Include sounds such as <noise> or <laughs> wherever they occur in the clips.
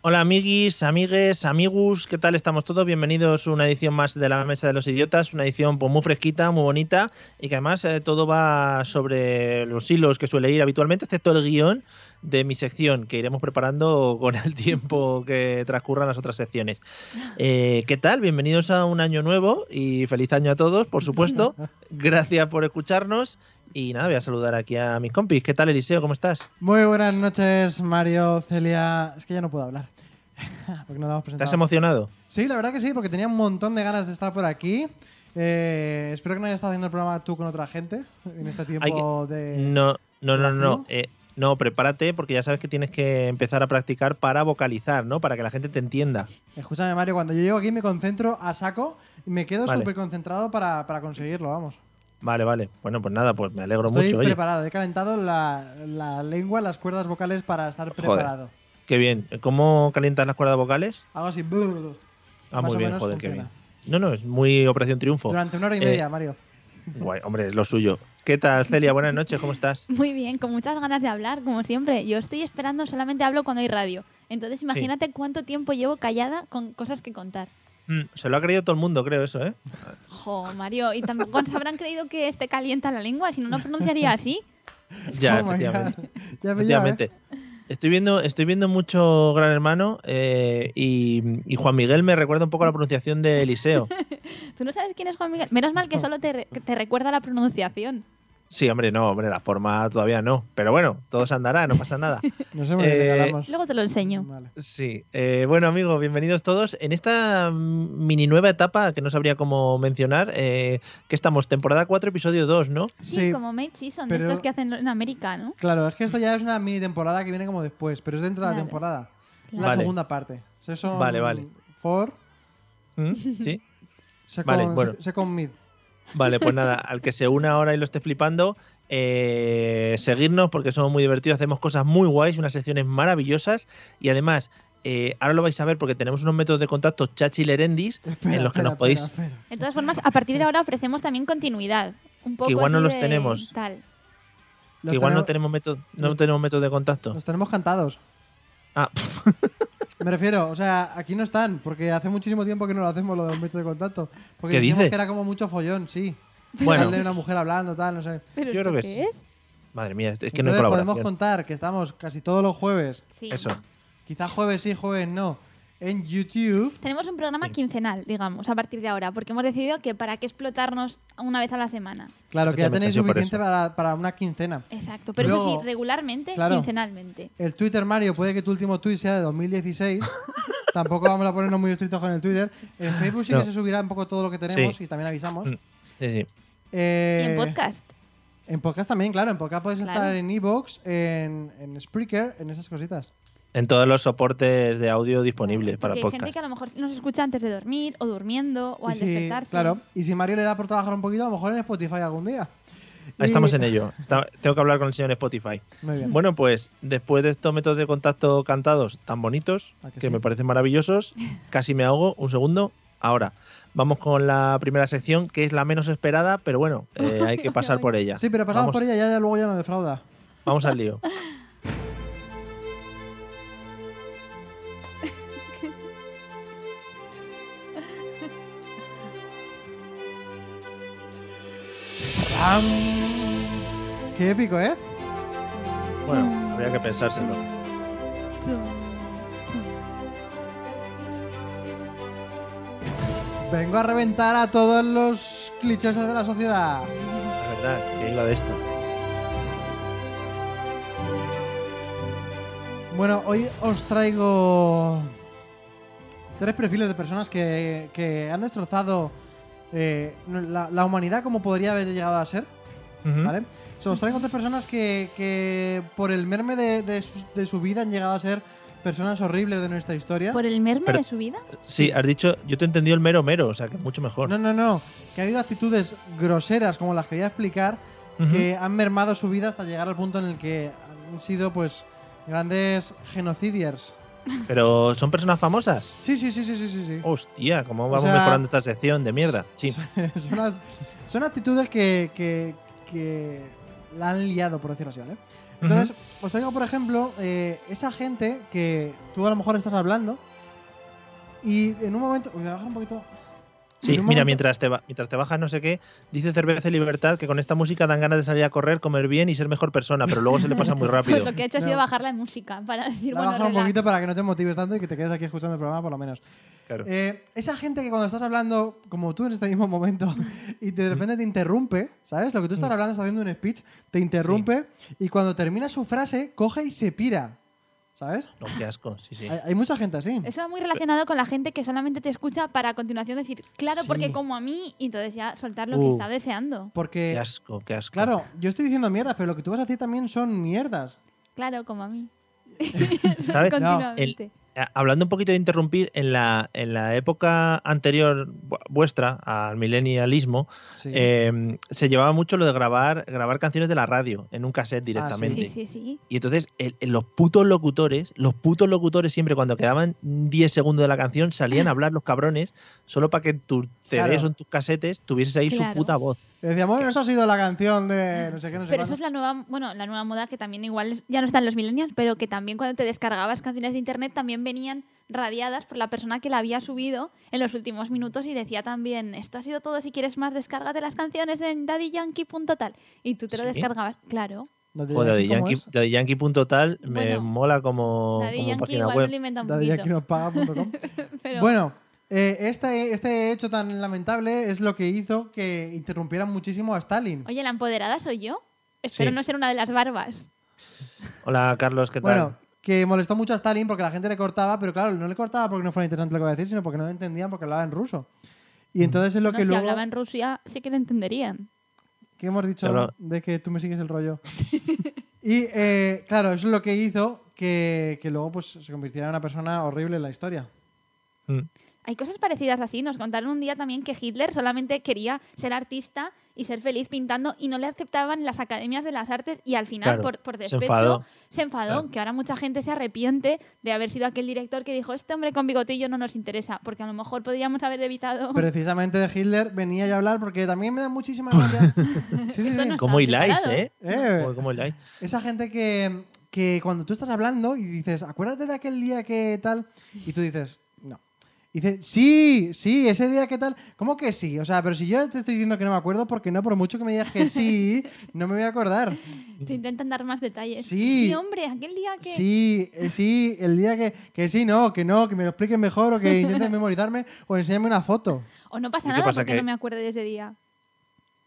Hola amiguis, amigues, amigus, ¿qué tal estamos todos? Bienvenidos a una edición más de la Mesa de los Idiotas, una edición pues, muy fresquita, muy bonita y que además eh, todo va sobre los hilos que suele ir habitualmente, excepto el guión de mi sección que iremos preparando con el tiempo que transcurran las otras secciones. Eh, ¿Qué tal? Bienvenidos a un año nuevo y feliz año a todos, por supuesto. Gracias por escucharnos y nada, voy a saludar aquí a mis compis. ¿Qué tal Eliseo? ¿Cómo estás? Muy buenas noches, Mario, Celia. Es que ya no puedo hablar. <laughs> porque no la hemos ¿Estás presentado. emocionado? Sí, la verdad que sí, porque tenía un montón de ganas de estar por aquí. Eh, espero que no hayas estado haciendo el programa tú con otra gente en este Hay tiempo que- de. No, no, no, no. ¿Grabación? eh, no, prepárate porque ya sabes que tienes que empezar a practicar para vocalizar, ¿no? Para que la gente te entienda. Escúchame, Mario, cuando yo llego aquí me concentro a saco y me quedo Vale. súper concentrado para, para conseguirlo, vamos. Vale, vale. Bueno, pues nada, pues me alegro Estoy mucho. Oye, preparado, he calentado la, la lengua, las cuerdas vocales para estar preparado. qué bien. ¿Cómo calientas las cuerdas vocales? Hago así. Ah, Más muy o bien, menos joder, qué bien. funciona. No, no, es muy Operación Triunfo. Durante una hora y Eh, media, Mario. Guay, hombre, es lo suyo. ¿Qué tal, Celia? Buenas noches, ¿cómo estás? Muy bien, con muchas ganas de hablar, como siempre. Yo estoy esperando, solamente hablo cuando hay radio. Entonces imagínate cuánto tiempo llevo callada con cosas que contar. Mm, se lo ha creído todo el mundo, creo, <laughs> eso, ¿eh? Jo, Mario, y tampoco se habrán creído que este calienta la lengua, si no, no pronunciaría así. Ya, <laughs> Oh my God. efectivamente. Ya me lleva, ¿eh? Efectivamente. Estoy viendo, estoy viendo mucho Gran Hermano eh, y, y Juan Miguel me recuerda un poco a la pronunciación de Eliseo. ¿Tú no sabes quién es Juan Miguel? Menos mal que solo te, re- que te recuerda la pronunciación. Sí, hombre, no, hombre, la forma todavía no. Pero bueno, todo se andará, no pasa nada. No sé, Mario, Eh, regalamos. Luego te lo enseño. Vale. Sí. eh, bueno, amigos, bienvenidos todos. En esta mm, mini nueva etapa, que no sabría cómo mencionar, eh, que estamos, temporada 4, episodio 2, ¿no? Sí, Sí, como Mate Season, de pero- estos que hacen en América, ¿no? Claro, es que esto ya es una mini temporada que viene como después, pero es dentro de la Claro. temporada. Claro. La Vale. segunda parte. Se son Vale, vale. For, ¿Mm? Sí. second, Vale, bueno. second mid. Vale, pues nada, al que se una ahora y lo esté flipando, eh, seguirnos porque somos muy divertidos, hacemos cosas muy guays, unas secciones maravillosas y además, eh, ahora lo vais a ver porque tenemos unos métodos de contacto chachilerendis en los que nos podéis... De todas formas, a partir de ahora ofrecemos también continuidad. Un poco igual no así los de tenemos. Tal. que Igual no tenemos método, no los- tenemos método de contacto. Los tenemos cantados. Ah, <laughs> Me refiero, o sea, aquí no están, porque hace muchísimo tiempo que no lo hacemos lo de un método de contacto. Porque ¿Qué decíamos dices? que era como mucho follón, sí. Bueno. Darle a una mujer hablando, tal, no sé. <laughs> ¿Pero Yo esto creo que qué sí. es? madre mía, es que no hay Entonces podemos colaboración. contar que estamos casi todos los jueves, Sí. Eso. quizás jueves sí, jueves no, en YouTube. Tenemos un programa quincenal, digamos, a partir de ahora, porque hemos decidido que para qué explotarnos una vez a la semana. Claro, que ya Efectivamente, tenéis yo Este por suficiente eso. para, para una quincena. Exacto, pero eso Luego- sí, regularmente, claro. quincenalmente. El Twitter, Mario, puede que tu último tweet sea de <laughs> 2016. Tampoco vamos a ponernos muy estrictos con el Twitter. En Facebook sí No. que se subirá un poco todo lo que tenemos y también avisamos. Mm. Sí, sí. Eh, Y en podcast. En podcast también, claro. En podcast puedes Claro. estar en Evox, en, en Spreaker, en esas cositas. En todos los soportes de audio disponibles para Porque hay gente podcast. que a lo mejor nos escucha antes de dormir, o durmiendo, o Y al si- despertarse. Claro. Y si Mario le da por trabajar un poquito, a lo mejor en Spotify algún día. Ah, Estamos en ello. Está- tengo que hablar con el señor Spotify. Muy bien. Bueno, pues después de estos métodos de contacto cantados tan bonitos, ¿A que, Ah, que sí? me parecen maravillosos, casi me ahogo, un segundo, ahora. Vamos con la primera sección, que es la menos esperada, pero bueno, eh, hay que pasar por ella. Sí, pero pasamos vamos, por ella ya, ya luego ya no defrauda. Vamos al lío. ¡Pam! Qué épico, ¿eh? Bueno, habría que pensárselo. Tum, tum. Vengo a reventar a todos los clichés de la sociedad. La verdad, que iba de esto. Bueno, hoy os traigo tres perfiles de personas que, que han destrozado eh, la, la humanidad como podría haber llegado a ser, Ujú. ¿vale? O sea, os traigo tres personas que, que por el merme de, de sus- de su vida han llegado a ser personas horribles de nuestra historia. ¿Por el merme Pero- de su vida? Sí, has dicho, yo te he entendido el mero mero, o sea que mucho mejor. No, no, no. Que ha habido actitudes groseras como las que voy a explicar Ujú. que han mermado su vida hasta llegar al punto en el que han sido, pues, grandes genocidiers. Pero son personas famosas. Sí, sí, sí, sí, sí, sí. sí. Hostia, cómo vamos sea, mejorando esta sección de mierda. Sí. <laughs> son, act- son actitudes que, que, que la han liado, por decirlo así, ¿vale? Entonces, os traigo, por ejemplo, eh, esa gente que tú a lo mejor estás hablando y en un momento... Uy, voy a bajar un poquito... Sí, en un mira, momento- mientras te, ba- mientras te bajas no sé qué, dice Cerveza y Libertad que con esta música dan ganas de salir a correr, comer bien y ser mejor persona, pero luego se le pasa <laughs> muy rápido. Pues lo que he hecho ha sido No. bajar la música para decir, La bueno, baja un relax. poquito para que no te motives tanto y que te quedes aquí escuchando el programa por lo menos. Claro. Eh, esa gente que cuando estás hablando, como tú en este mismo momento, y de repente te interrumpe, ¿sabes? Lo que tú Mm. estás hablando, estás haciendo un speech, te interrumpe y cuando termina su frase, coge y se pira, ¿sabes? No, qué asco, sí, sí. Hay, hay mucha gente así. Eso va muy relacionado con la gente que solamente te escucha para a continuación decir, claro, Sí. porque como a mí, y entonces ya soltar lo que Uh. está deseando. Qué Porque, asco, qué asco. claro, yo estoy diciendo mierdas, pero lo que tú vas a decir también son mierdas. Claro, como a mí. <laughs> ¿Sabes? No, Continuamente. A- Ah, Hablando un poquito de interrumpir, en la, en la época anterior vu- vuestra al milenialismo, Sí. eh, se llevaba mucho lo de grabar, grabar canciones de la radio en un Ah, cassette directamente. Sí, sí, sí. Y entonces el- el- los putos locutores, los putos locutores siempre cuando quedaban 10 segundos de la canción salían a hablar los cabrones solo para que en tus CDs Claro. o en tus casetes tuvieses ahí Claro. su puta voz. Y decíamos, Eh, bueno, eso ha sido la canción de no sé qué, no sé Pero cuánto". eso es la nueva, bueno, la nueva moda que también igual es- ya no están los millennials, pero que también cuando te descargabas canciones de internet también venían radiadas por la persona que la había subido en los últimos minutos y decía también, esto ha sido todo, si quieres más descárgate las canciones en daddyyankee.tal y tú te lo Sí. descargabas, claro. No te Joder, digo, ¿cómo Yankee, es? Daddy Yankee punto tal me Bueno, mola como, Daddy como Yankee página igual me web. lo inventa un poquito. daddyyankeepaga.com. <laughs> pero Bueno, eh, este, este hecho tan lamentable es lo que hizo que interrumpieran muchísimo a Stalin. Oye, la empoderada soy yo. Espero Sí. no ser una de las barbas. Hola Carlos, ¿qué tal? Bueno, que molestó mucho a Stalin porque la gente le cortaba, pero claro, no le cortaba porque no fuera interesante lo que iba a decir, sino porque no lo entendían porque hablaba en ruso. Mm. Y entonces es lo No, que si luego... hablaba en Rusia, sí que lo entenderían. ¿Qué hemos dicho Pero- de que tú me sigues el <laughs> rollo? y eh, claro, eso es lo que hizo que, que luego pues, se convirtiera en una persona horrible en la historia. Mm. Hay cosas parecidas así. Nos contaron un día también que Hitler solamente quería ser artista y ser feliz pintando y no le aceptaban las academias de las artes y al final, Claro, por, por se despecho, se enfadó. enfadó. Claro. que ahora mucha gente se arrepiente de haber sido aquel director que dijo, este hombre con bigotillo no nos interesa, porque a lo mejor podríamos haber evitado... <laughs> Precisamente de Hitler venía yo a hablar porque también me <laughs> da muchísima rabia. Sí, sí, Esto sí. no ¿Cómo estaba hiláis, preparado. eh? Eh, ¿Cómo, cómo hiláis? Esa gente que, que cuando tú estás hablando y dices, acuérdate de aquel día que tal, y tú dices, no. Y dices, sí, sí, ese día que tal. ¿Cómo que sí? O sea, pero si yo te estoy diciendo que no me acuerdo, porque no, por mucho que me digas que sí, no me voy a acordar. Te intentan dar más detalles. Sí. hombre, aquel día que... Sí, eh, sí, el día que, que sí, no, que no, que me lo expliquen mejor o que intenten memorizarme o enséñame una foto. O no pasa ¿Y qué nada pasa, porque que- no me acuerdo de ese día.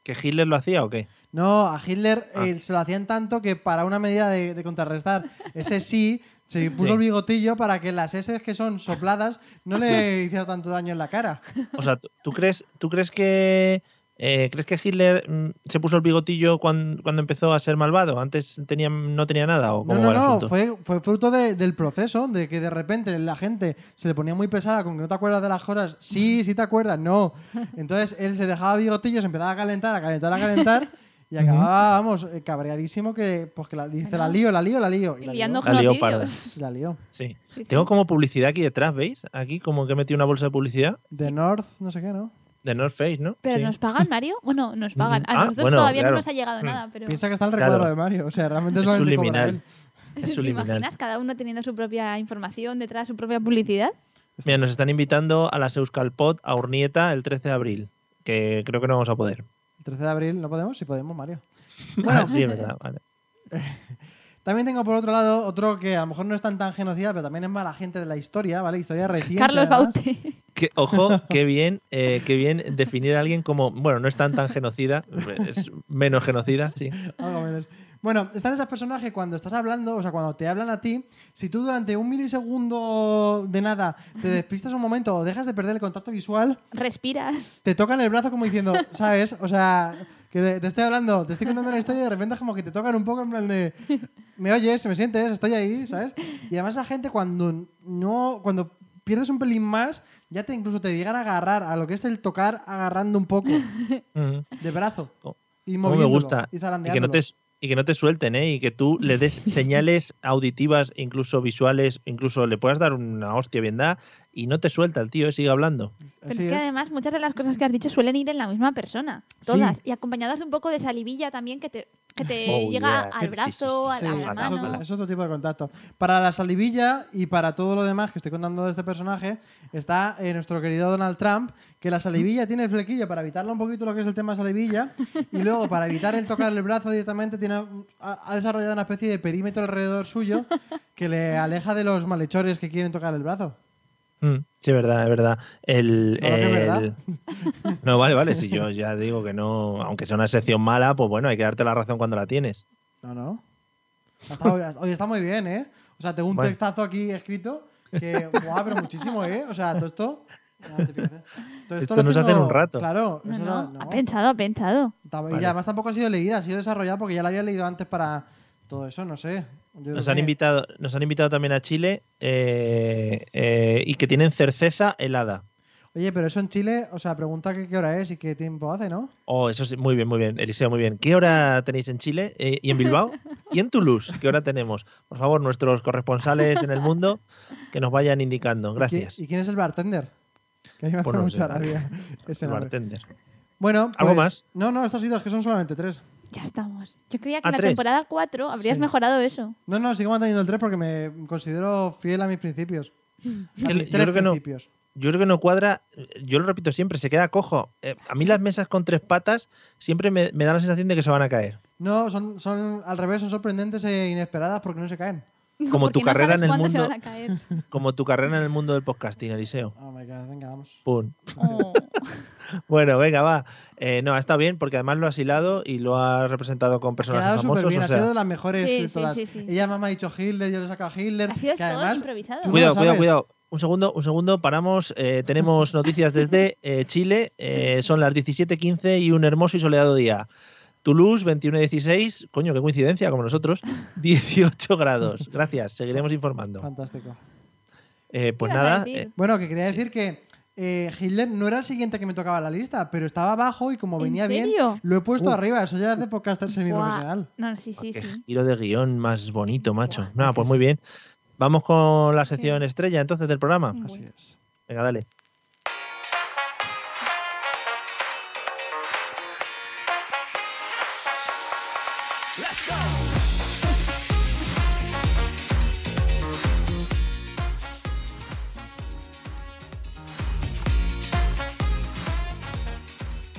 ¿Que Hitler lo hacía o qué? No, a Hitler Ah. eh, se lo hacían tanto que para una medida de, de contrarrestar ese sí, se puso Sí. el bigotillo para que las S que son sopladas no le hiciera tanto daño en la cara. O sea, ¿tú, tú crees, tú crees que eh, crees que Hitler mm, se puso el bigotillo cuan- cuando, empezó a ser malvado? Antes tenía, no tenía nada o No, cómo no, va el no, asunto? fue, fue fruto de- del proceso, de que de repente la gente se le ponía muy pesada con que no te acuerdas de las cosas. <laughs> Sí, sí te acuerdas, no. Entonces él se dejaba bigotillos, empezaba a calentar, a calentar, a calentar. Y acababa, vamos, eh, cabreadísimo que, pues que la, dice, la lío, la lío, la lío. Y la lió. Liando La lió parda. genocidios. La lió. Sí. Sí, Tengo sí. como publicidad aquí detrás, ¿veis? Aquí como que he metido una bolsa de publicidad The North, no sé qué, ¿no? de North Face, ¿no? Pero Sí. nos pagan, Mario. Bueno, nos pagan. A Ah, nosotros bueno, todavía claro. no nos ha llegado Mm. nada, pero... Piensa que está el Claro. recuadro de Mario. O sea, realmente es es solamente cobra subliminal. él. Es ¿Te subliminal. imaginas cada uno teniendo su propia información detrás, su propia publicidad? Mira, nos están invitando a las Euskalpod a Urnieta el 13 de abril, que creo que no vamos a <laughs> poder. El 13 de abril no podemos, sí podemos, Mario. Bueno, sí, es verdad. vale. También tengo por otro lado otro que a lo mejor no es tan tan genocida, pero también es mala gente de la historia, ¿vale? Historia reciente. Carlos además. Baute. <laughs> Que- ojo, <laughs> <laughs> qué bien, eh, qué bien definir a alguien como, bueno, no es tan tan genocida, es menos genocida, sí. <laughs> Algo menos. Bueno, están esas personas que cuando estás hablando, o sea, cuando te hablan a ti, si tú durante un milisegundo de nada te despistas un momento o dejas de perder el contacto visual, Respiras. te tocan el brazo como diciendo, <laughs> ¿sabes? O sea, Que te, te estoy hablando, te estoy contando una historia y de repente es como que te tocan un poco en plan de. Me oyes, me sientes, estoy ahí, ¿sabes? Y además la gente cuando no. Cuando pierdes un pelín más, ya te incluso te llegan a agarrar a lo que es el tocar agarrando un poco Ujú. de brazo. Oh, Y Cómo me moviéndolo. gusta. Y que no zarandeándolo. te y que no te suelten, ¿eh? Y que tú le <laughs> des señales auditivas, incluso visuales, incluso le puedas dar una hostia bien da y no te suelta el tío, ¿eh? sigue hablando. Pero Así es que es. además muchas de las cosas que has dicho suelen ir en la misma persona, todas, y acompañadas de un poco de salivilla también que te, que te Oh, yeah. llega al brazo, Sí, sí, a sí. la, a Ojalá, la es mano. otro, es otro tipo de contacto. Para la salivilla y para todo lo demás que estoy contando de este personaje, está eh, nuestro querido Donald Trump, que la salivilla tiene el flequillo para evitarla un poquito lo que es el tema salivilla, y luego para evitar el tocar el brazo directamente tiene, ha, ha desarrollado una especie de perímetro alrededor suyo que le aleja de los malhechores que quieren tocar el brazo. Mm, sí, es verdad, es verdad. El, Claro que es el- verdad. No, vale, vale. Si yo ya digo que no, aunque sea una sección mala, pues bueno, hay que darte la razón cuando la tienes. No, no. Ha estado- ha- Oye, está muy bien, ¿eh? O sea, tengo un Bueno. textazo aquí escrito que, guau, pero muchísimo, ¿eh? O sea, todo esto... Ah, te fijas, ¿eh? Todo Esto lo nos hace en tengo- un rato. Claro, No, eso no, no- ha no. pensado, ha pensado. Tam- Y Vale. además tampoco ha sido leída, ha sido desarrollada porque ya la había leído antes para todo eso, no sé. Yo creo Nos han que- invitado, nos han invitado también a Chile eh, eh, y que tienen cerceza helada. Oye, pero eso en Chile, o sea, pregunta que qué hora es y qué tiempo hace, ¿no? Oh, eso sí, muy bien, muy bien, Eliseo, muy bien. ¿Qué hora tenéis en Chile eh, y en Bilbao y en Toulouse? ¿Qué hora tenemos? Por favor, nuestros corresponsales en el mundo que nos vayan indicando. ¿Y qui- Gracias. ¿Y, quién es el bartender? Que a mí me hace Pues no sé. mucha rabia <laughs> ese nombre. Bartender. Bueno, ¿Algo pues- más? No, no, esto ha sido, es que son solamente tres. Ya estamos. Yo creía que Ah, en la tres. temporada 4 habrías Sí. mejorado eso. No, no, sigo manteniendo el tres porque me considero fiel a mis principios. A Que- mis yo tres creo que no. principios. Yo creo que no cuadra, yo lo repito siempre, se queda cojo. Eh, a mí las mesas con tres patas siempre me, me da la sensación de que se van a caer. No, son, son al revés, son sorprendentes e inesperadas porque no se caen. <laughs> Como Porque tu carrera no sabes en el cuándo mundo, se van a caer. como tu carrera en el mundo del podcasting, Eliseo. Oh my god, venga, vamos. Pum. Oh. Bueno, venga, va. Eh, no, está bien porque además lo has hilado y lo has representado con Ha quedado personajes famosos. súper bien, o ha sea, sido de las mejores Sí, sí, escritoras. sí, sí. Ella me ha dicho Hitler, yo le he sacado Hitler. Ha sido que todo además, improvisado. tú no Cuidado, lo cuidado, sabes. cuidado. Un segundo, un segundo, paramos. Eh, tenemos noticias desde eh, Chile. Eh, son las 17.15 y un hermoso y soleado día. Toulouse, 21.16. Coño, qué coincidencia, como nosotros. 18 grados. Gracias, seguiremos informando. Fantástico. Eh, pues ¿Qué ibas a nada, decir? eh, Bueno, que quería decir que eh, Hitler no era el siguiente que me tocaba la lista, pero estaba abajo y como ¿En venía bien, serio? lo he puesto arriba. Eso ya es de podcaster Guau. semiprofesional. No, sí, sí, qué <laughs> sí. giro de guión más bonito, macho. Buah, Nada, pues muy bien. Vamos con la sección estrella entonces del programa. Mm. Así es. Venga, dale.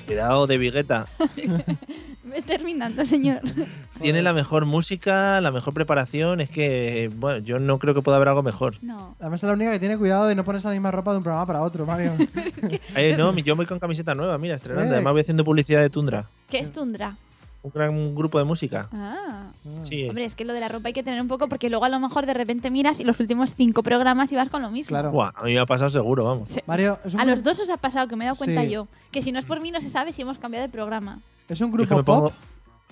Cuidado de Vigueta. Ve terminando, señor. Tiene la mejor música, la mejor preparación. Es que, bueno, yo no creo que pueda haber algo mejor. No. Además es la única que tiene cuidado de no ponerse la misma ropa de un programa para otro, Mario. Eh, <laughs> no, mi- yo voy con camiseta nueva, mira, estrenando. Eh. Además voy haciendo publicidad de Tundra. ¿Qué es Tundra? Un gran grupo de música. Ah. Sí. Hombre, es que lo de la ropa hay que tener un poco porque luego a lo mejor de repente miras y los últimos cinco programas y vas con lo mismo. Claro. Buah, a mí me ha pasado seguro, vamos. Sí. Mario, es un, A los dos os ha pasado que me he dado cuenta Sí. yo. Que si no es por mí no se sabe si hemos cambiado de programa. <laughs> es un Yo es que grupo me pongo, pop.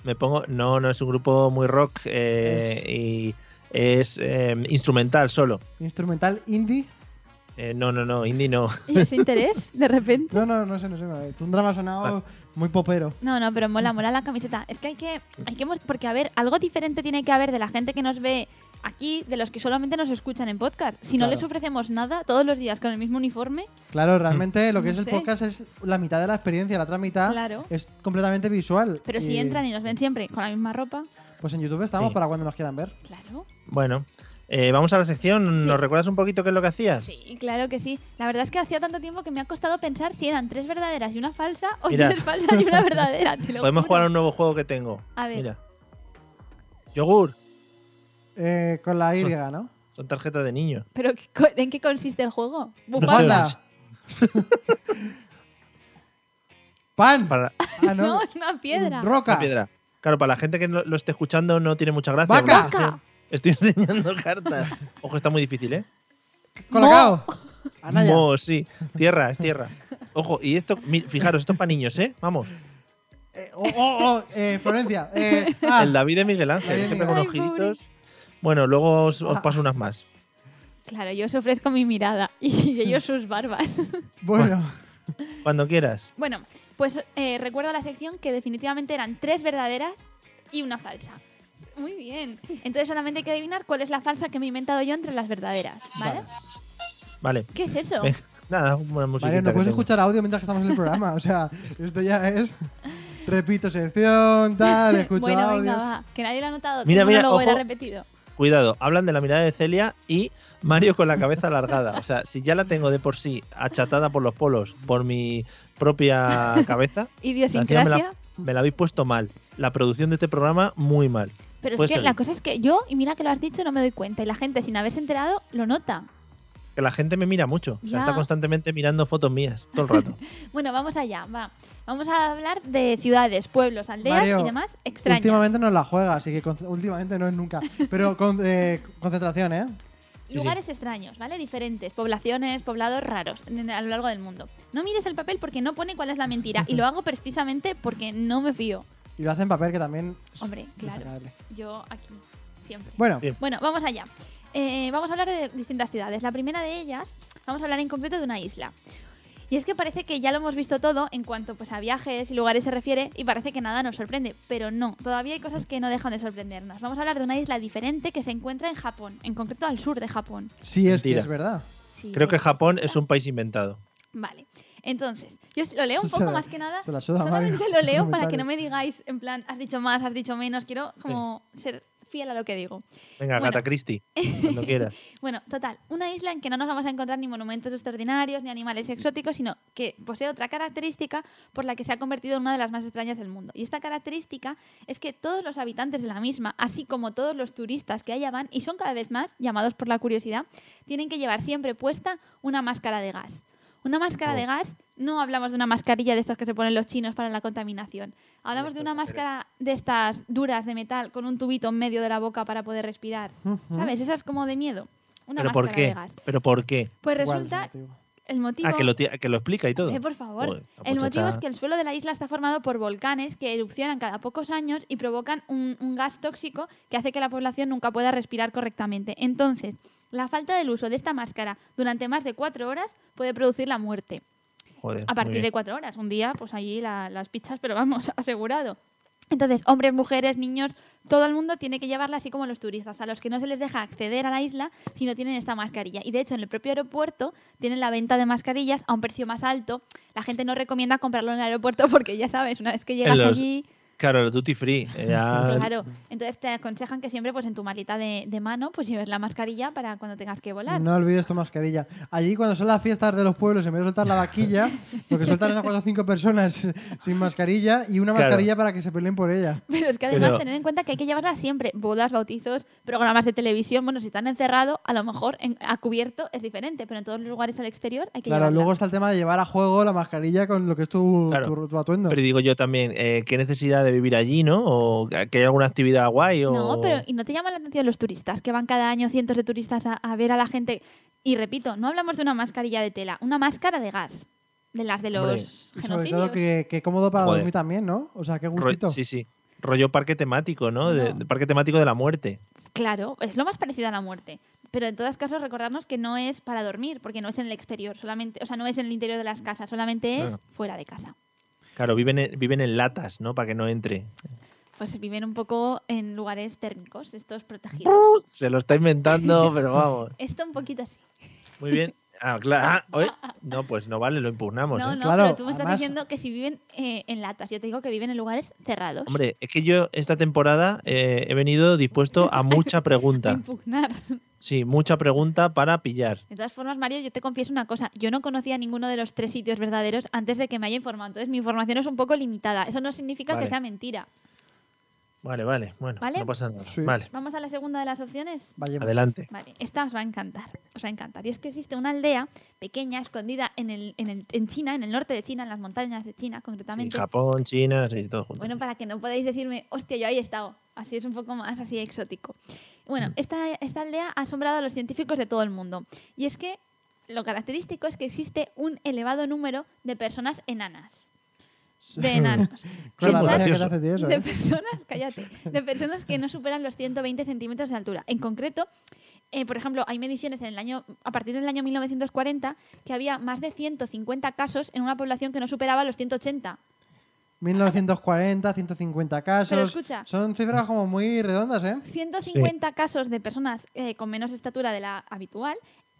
me pongo- no, no es un grupo muy rock eh, Es- y es eh, instrumental solo. Instrumental indie. Eh, no, no, no, indie no. <laughs> ¿Y ese interés? De repente. No, no, no sé, no sé. Mario. Tundra me ha sonado Vale. muy popero. No, no, pero mola, mola la camiseta. Es que hay que, hay que, mos- porque a ver, algo diferente tiene que haber de la gente que nos ve aquí, de los que solamente nos escuchan en podcast. Si no Claro. les ofrecemos nada todos los días con el mismo uniforme, Claro, Mm. realmente lo que No es el sé. podcast es la mitad de la experiencia, la otra mitad Claro. es completamente visual. pero si Ah. Y, entran y nos ven siempre con la misma ropa, Pues en YouTube estamos Sí. para cuando nos quieran ver. claro. Bueno, eh, vamos a la sección. Sí. ¿Nos recuerdas un poquito qué es lo que hacías? Sí, claro que sí. La verdad es que hacía tanto tiempo que me ha costado pensar si eran tres verdaderas y una falsa o Mira. tres falsas y <laughs> una verdadera. Te lo Podemos juro. jugar a un nuevo juego que tengo. A ver. Mira. Yogur. Eh, con la Y, ¿no? Son tarjetas de niño. Pero ¿qué co- ¿en qué consiste el juego? Bufanda. ¡Bufanda! <laughs> ¡Pan! Para Ah, no. No, es <laughs> una piedra. ¡Roca! la piedra. Claro, para la gente que no- lo esté escuchando no tiene mucha gracia. Vaca. porque Estoy <laughs> estoy enseñando cartas. Ojo, está muy difícil, ¿eh? ¡Colacao! Anaya. Mo, sí. Tierra, es tierra. Ojo, y esto, mi- fijaros, esto es para niños, ¿eh? Vamos. Eh, oh, oh, oh, eh, Florencia. <laughs> eh, ah, El David de Miguel Ángel, David de siempre Miguel con Ángel. Ay, pobre. ojitos. Bueno, luego os, os paso unas más. Claro, yo os ofrezco mi mirada y <laughs> ellos sus barbas. bueno, Cuando quieras. Bueno, pues eh, recuerdo la sección que definitivamente eran tres verdaderas y una falsa. Muy bien. Entonces solamente hay que adivinar cuál es la falsa que me he inventado yo entre las verdaderas, ¿vale? Vale. ¿Qué es eso? Ve- Nada, una música. Mario, no puedes escuchar audio mientras que estamos en el programa. O sea, esto ya es. Repito sección, <laughs> tal, escucho bueno, venga, audios. va, que nadie lo ha notado, Mira, que mira, no lo hubiera ojo. repetido. Cuidado, hablan de la mirada de Celia y Mario con la cabeza alargada. O sea, si ya la tengo de por sí achatada por los polos, por mi propia cabeza, encima me la- Idiosincrasia. me la habéis puesto mal. La producción de este programa, muy mal. Pero es puede que ser. la cosa es que yo, y mira que lo has dicho, no me doy cuenta. Y la gente, sin haberse enterado, lo nota. Que la gente me mira mucho. O sea, Ya. está constantemente mirando fotos mías todo el <laughs> rato. Bueno, vamos allá, va. Vamos a hablar de ciudades, pueblos, aldeas Mario, y demás extrañas. Últimamente no la juega, así que con- últimamente no es nunca. Pero con, eh, concentración, ¿eh? sí. Lugares extraños, ¿vale? Diferentes, poblaciones, poblados raros en- a lo largo del mundo. No mires el papel porque no pone cuál es la mentira. y lo hago precisamente porque no me fío. Y lo hacen papel que también. es Hombre, claro. destacable. Yo aquí, siempre. Bueno, Bien. Bueno, vamos allá. Eh, vamos a hablar de distintas ciudades. La primera de ellas, vamos a hablar en concreto de una isla. Y es que parece que ya lo hemos visto todo en cuanto pues, a viajes y lugares se refiere y parece que nada nos sorprende, pero no, todavía hay cosas que no dejan de sorprendernos. Vamos a hablar de una isla diferente que se encuentra en Japón, en concreto al sur de Japón. sí es que Mentira. es verdad. Sí, Creo que es- Japón es un país inventado. Vale. Entonces, yo os lo leo un Se poco la- más que nada. se la suda, solamente <laughs> Mario, lo los leo para que comentarios. no me digáis, en plan, has dicho más, has dicho menos. Quiero como ser fiel a lo que digo. Venga, Bueno. Gata Christie, <laughs> cuando quieras. Bueno, total, una isla en que no nos vamos a encontrar ni monumentos extraordinarios ni animales exóticos, sino que posee otra característica por la que se ha convertido en una de las más extrañas del mundo. Y esta característica es que todos los habitantes de la misma, así como todos los turistas que allá van, y son cada vez más llamados por la curiosidad, tienen que llevar siempre puesta una máscara de gas. Una máscara de gas, no hablamos de una mascarilla de estas que se ponen los chinos para la contaminación. Hablamos de una máscara de estas duras de metal con un tubito en medio de la boca para poder respirar. Ujú. ¿Sabes? Esa es como de miedo. Una ¿Pero máscara por qué? de gas. ¿Pero por qué? Pues Igual, resulta relativo. el motivo. Ah, que lo, ti- que lo explica y todo. Eh, por favor. Joder, la el motivo muchacha- es que el suelo de la isla está formado por volcanes que erupcionan cada pocos años y provocan un, un gas tóxico que hace que la población nunca pueda respirar correctamente. Entonces, la falta del uso de esta máscara durante más de cuatro horas puede producir la muerte. Joder, A muy partir bien. de cuatro horas. Un día, pues allí la- las pizzas, pero vamos, <laughs> asegurado. Entonces, hombres, mujeres, niños, todo el mundo tiene que llevarla así como los turistas, a los que no se les deja acceder a la isla si no tienen esta mascarilla. Y de hecho, en el propio aeropuerto tienen la venta de mascarillas a un precio más alto. La gente no recomienda comprarlo en el aeropuerto <laughs> porque ya sabes, una vez que llegas los- allí, pues, Claro, el duty free. eh, ya- <laughs> claro. Entonces te aconsejan que siempre pues en tu maleta de, de mano pues lleves la mascarilla para cuando tengas que volar. No olvides tu mascarilla. Allí cuando son las fiestas de los pueblos, en vez de soltar la vaquilla, <laughs> lo que sueltan es a cuatro o cinco personas sin mascarilla y una Claro. mascarilla para que se peleen por ella. Pero es que además Pero- tener en cuenta que hay que llevarla siempre. Bodas, bautizos, programas de televisión. Bueno, si están encerrados, a lo mejor en- a cubierto es diferente, pero en todos los lugares al exterior hay que Claro, llevarla. luego está el tema de llevar a juego la mascarilla con lo que es tu, Claro. tu- tu atuendo. Pero digo yo también, eh, ¿qué necesidad de vivir allí, no? ¿O que hay alguna actividad guay? O... No, pero ¿y no te llaman la atención los turistas que van cada año cientos de turistas a, a ver a la gente? Y repito, no hablamos de una mascarilla de tela, una máscara de gas, de las de los Hombre, Y sobre genocidios. todo que, que cómodo para Joder. dormir también, ¿no? O sea, qué Ro- gustito. Sí, sí. Rollo parque temático, ¿no? De- No. de parque temático de la muerte. Claro, es lo más parecido a la muerte. Pero en todos casos recordarnos que no es para dormir, porque no es en el exterior, solamente, o sea, no es en el interior de las casas, solamente es Claro. fuera de casa. Claro, viven en, viven en latas, ¿no? Para que no entre. Pues viven un poco en lugares térmicos, estos protegidos. ¡Uh! <laughs> Se lo está <laughs> inventando, pero vamos. Esto un poquito así. Muy bien. Ah, claro. Ah, oye, No, pues no vale, lo impugnamos. no, ¿eh? no, Claro, pero tú me estás además- diciendo que si viven eh, en latas, yo te digo que viven en lugares cerrados. Hombre, es que yo esta temporada eh, he venido dispuesto a mucha A pregunta. <laughs> impugnar. Sí, mucha pregunta para pillar. De todas formas, Mario, yo te confieso una cosa. Yo no conocía ninguno de los tres sitios verdaderos antes de que me haya informado. Entonces, mi información es un poco limitada. Eso no significa Vale. que sea mentira. Vale, vale. Bueno, ¿Vale? no pasa nada. Sí. Vale, Vamos a la segunda de las opciones. Vayamos. <laughs> adelante. Vale, esta os va a encantar, os va a encantar. Y es que existe una aldea pequeña, escondida en, el, en, el- en China, en el norte de China, en las montañas de China, Sí, concretamente. Japón, China, sí, todo junto. Bueno, para que no podáis decirme, hostia, yo ahí he estado. Así es un poco más así exótico. Bueno, esta, esta aldea ha asombrado a los científicos de todo el mundo. Y es que lo característico es que existe un elevado número de personas enanas. de enanos. Con la Son muy gracia que te graciosos. hace, tío, eso, de ¿eh? personas, cállate, de personas que no superan los 120 centímetros de altura. En concreto, eh, por ejemplo, hay mediciones en el año, a partir del año 1940 que había más de 150 casos en una población que no superaba los 180. 1940, 150 casos. Pero escucha. Son cifras como muy redondas, ¿eh? 150 casos de personas eh, con menos estatura de la habitual,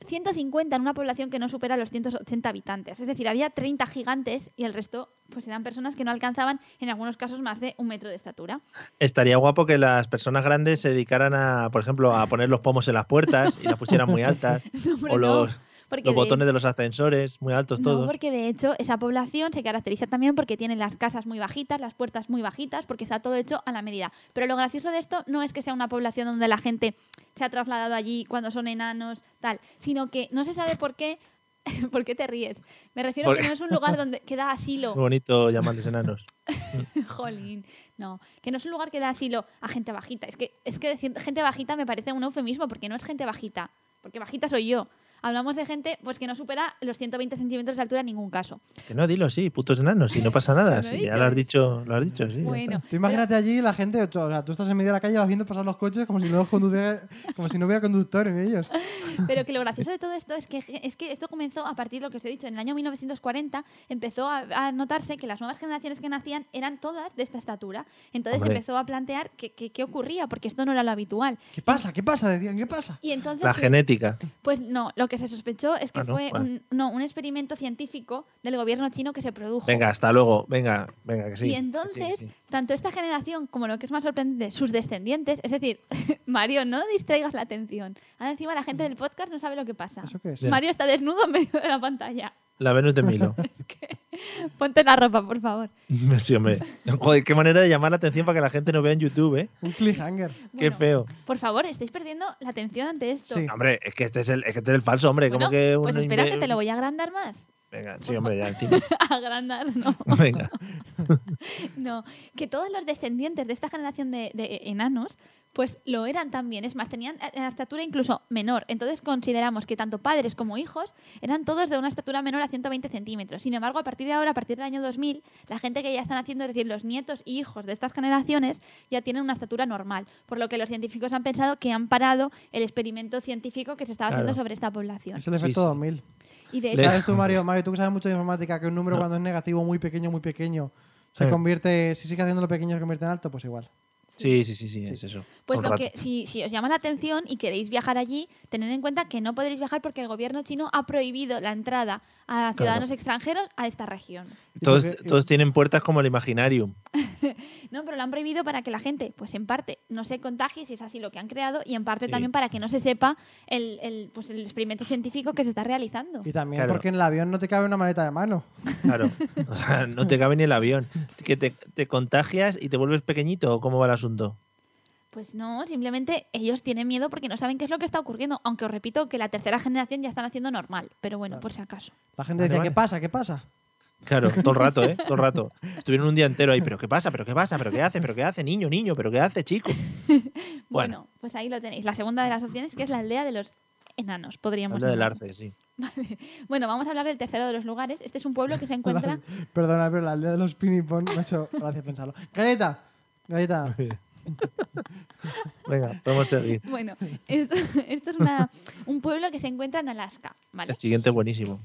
150 en una población que no supera los 180 habitantes. Es decir, había 30 gigantes y el resto pues eran personas que no alcanzaban en algunos casos más de un metro de estatura. <laughs> Estaría guapo que las personas grandes se dedicaran a, por ejemplo, a poner los pomos en las puertas y las pusieran <laughs> muy altas. No, hombre, o no, los, porque los de- botones de los ascensores, muy altos No, todos. porque de hecho esa población se caracteriza también porque tiene las casas muy bajitas, las puertas muy bajitas, porque está todo hecho a la medida. Pero lo gracioso de esto no es que sea una población donde la gente se ha trasladado allí cuando son enanos, tal, sino que no se sabe por qué. <laughs> ¿Por qué te ríes? Me refiero a que Porque- no es un lugar donde que da <laughs> <laughs> asilo. Muy bonito llamarles enanos. Jolín, no. Que no es un lugar que da asilo a gente bajita. Es que, es que decir gente bajita me parece un eufemismo porque no es gente bajita. Porque bajita soy yo. Hablamos de gente pues que no supera los 120 centímetros de altura en ningún caso. Que no, dilo, sí, putos enanos, y no pasa nada. Lo he sí, ya dicho. lo has dicho, lo has dicho, sí. ya Bueno, está. Tú imagínate allí la gente, o sea, tú estás en medio de la calle, vas viendo pasar los coches como si no, los condujera- <laughs> como si no hubiera conductor en ellos. Pero que lo gracioso de todo esto es que, es que esto comenzó a partir de lo que os he dicho. En el año 1940 empezó a, a notarse que las nuevas generaciones que nacían eran todas de esta estatura. Entonces Hombre. empezó a plantear que- que- qué ocurría, porque esto no era lo habitual. ¿Qué pasa? ¿Qué pasa? Decían, ¿qué pasa? Y entonces, La se- genética. pues no, lo que se sospechó es que Ah, no, fue vale. un, no, un experimento científico del gobierno chino que se produjo. Venga, hasta luego. Venga, venga, que sí. y que sí, entonces, que sí. tanto esta generación como lo que es más sorprendente, sus descendientes, es decir, <laughs> Mario, no distraigas la atención. Ahora encima la gente del podcast no sabe lo que pasa. ¿Eso qué es? Mm. Ya. Mario está desnudo en medio de la pantalla. La Venus de <laughs> Milo. <laughs> Ponte la ropa, por favor. sí, hombre. Joder, qué manera de llamar la atención para que la gente no vea en YouTube, ¿eh? Un cliffhanger. Qué Bueno, feo. Por favor, estáis perdiendo la atención ante esto. Sí. Hombre, es que este es el, es que este es el falso, hombre. Bueno, como que pues un espera inve- que te lo voy a agrandar más. <laughs> Venga, sí, hombre, ya encima. agrandar, no. Venga. No. Que todos los descendientes de esta generación de, de enanos, pues lo eran también. Es más, tenían eh, la estatura incluso menor. Entonces consideramos que tanto padres como hijos eran todos de una estatura menor a 120 centímetros. Sin embargo, a partir de ahora, a partir del año 2000, la gente que ya están haciendo, es decir, los nietos y hijos de estas generaciones, ya tienen una estatura normal. Por lo que los científicos han pensado que han parado el experimento científico que se estaba haciendo Claro. sobre esta población. Es el Sí, efecto sí. 2000. Y de Le- hecho, ¿Sabes tú, Mario? Mario, tú que sabes mucho de informática, que un número cuando es negativo, muy pequeño, muy pequeño, se Sí. convierte, si sigue haciéndolo pequeño, se convierte en alto, pues igual. Sí, sí, sí, sí, es eso. Pues Todo el lo rato. que, si, si os llama la atención y queréis viajar allí, tened en cuenta que no podréis viajar porque el gobierno chino ha prohibido la entrada a ciudadanos extranjeros a esta región. Todos, porque- todos tienen puertas como el Imaginarium. No, pero lo han prohibido para que la gente, pues en parte, no se contagie, si es así lo que han creado, y en parte Sí. también para que no se sepa el, el, pues, el experimento científico que se está realizando. Y también Claro. porque en el avión no te cabe una maleta de mano. Claro. <laughs> O sea, no te cabe ni el avión. Que te, te contagias y te vuelves pequeñito, ¿o cómo va el asunto? Pues no, simplemente ellos tienen miedo porque no saben qué es lo que está ocurriendo, aunque os repito que la tercera generación ya están haciendo normal, pero bueno, por si acaso. La gente Vale, decía, vale. ¿qué pasa? ¿Qué pasa? Claro, todo el rato, ¿eh? Todo el rato. Estuvieron un día entero ahí, pero ¿qué pasa? ¿Pero qué pasa? ¿Pero qué hace? ¿Pero qué hace? Niño, niño, ¿pero qué hace, chico? Bueno, Bueno, pues ahí lo tenéis. La segunda de las opciones que es la aldea de los enanos, podríamos habla del llamarlo. arce, sí. Bueno, vamos a hablar del tercero de los lugares. Este es un pueblo <laughs> que se encuentra. Perdona, pero la aldea de los pinipón me ha hecho gracia pensarlo. ¡Galleta! ¡Galleta! <laughs> Venga, podemos seguir. Bueno, esto, <laughs> esto es una- un pueblo que se encuentra en Alaska, ¿vale? El siguiente es buenísimo.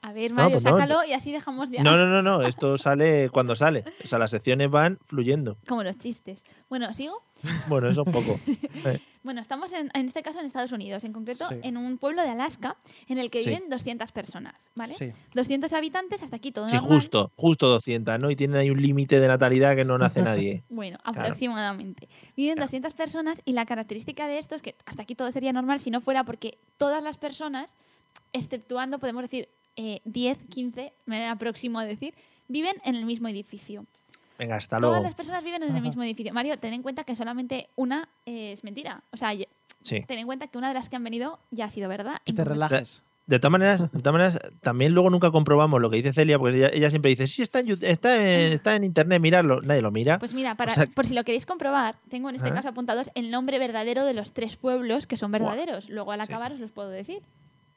A ver, No, Mario, pues no, sácalo y así dejamos ya. No, no, no, no. Esto sale cuando sale. O sea, las secciones van fluyendo. Como los chistes. Bueno, ¿sigo? Bueno, eso un poco. Eh, Bueno, estamos en, en este caso en Estados Unidos, en concreto Sí. en un pueblo de Alaska en el que Sí. viven 200 personas, ¿vale? Sí. 200 habitantes, hasta aquí todo Sí, normal. justo, justo 200, ¿no? Y tienen ahí un límite de natalidad que no nace nadie. Bueno, Claro. aproximadamente. Viven Claro. 200 personas y la característica de esto es que hasta aquí todo sería normal si no fuera porque todas las personas, exceptuando, podemos decir, eh, 10, 15, me aproximo a decir, viven en el mismo edificio. Venga, hasta Todas luego. las personas viven en el Ajá. mismo edificio. Mario, ten en cuenta que solamente una eh, es mentira. O sea, ye- Sí. ten en cuenta que una de las que han venido ya ha sido verdad. Que En te concreto- relajes. De todas maneras, de todas maneras, también luego nunca comprobamos lo que dice Celia, porque ella, ella siempre dice, sí, está en, Yu- está en, está en internet, mirarlo. Nadie lo mira. Pues mira, para, O sea- por si lo queréis comprobar, tengo en este Ajá. caso apuntados el nombre verdadero de los tres pueblos que son Buah. verdaderos. Luego al Sí, acabar sí. os los puedo decir.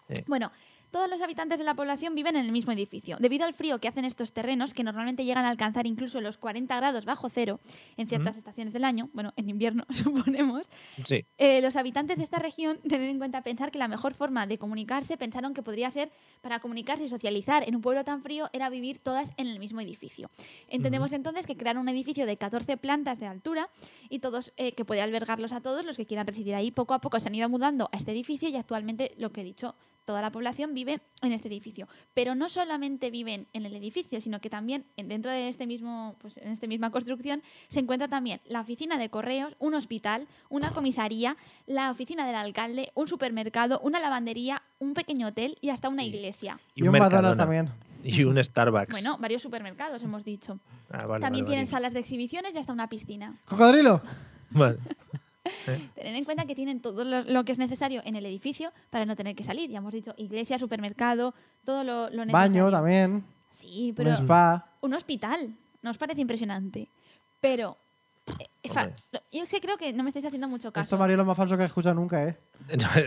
Sí. Bueno, todos los habitantes de la población viven en el mismo edificio. Debido al frío que hacen estos terrenos, que normalmente llegan a alcanzar incluso los 40 grados bajo cero en ciertas estaciones del año, bueno, en invierno <laughs> suponemos, Sí. eh, los habitantes de esta región <laughs> tienen en cuenta pensar que la mejor forma de comunicarse pensaron que podría ser para comunicarse y socializar en un pueblo tan frío era vivir todas en el mismo edificio. Entendemos entonces que crearon un edificio de 14 plantas de altura y todos eh, que puede albergarlos a todos los que quieran residir ahí. Poco a poco se han ido mudando a este edificio y actualmente lo que he dicho toda la población vive en este edificio. Pero no solamente viven en el edificio, sino que también en- dentro de este mismo, pues, en esta misma construcción se encuentra también la oficina de correos, un hospital, una comisaría, la oficina del alcalde, un supermercado, una lavandería, un pequeño hotel y hasta una Sí. iglesia. Y un McDonald's Mercadona. también. Y un Starbucks. Bueno, varios supermercados hemos dicho. Ah, vale, también vale, tienen salas de exhibiciones y hasta una piscina. ¡Cocodrilo! vale. <laughs> Vale. Tener en cuenta que tienen todo lo, lo que es necesario en el edificio para no tener que salir. Ya hemos dicho iglesia, supermercado, todo lo, lo necesario. Baño también. Sí, pero Un spa. un hospital. ¿No os parece impresionante? Pero... eh, fa- Hombre. lo- yo es que creo que no me estáis haciendo mucho caso. Esto, Mario, es lo más falso que he escuchado nunca, ¿eh?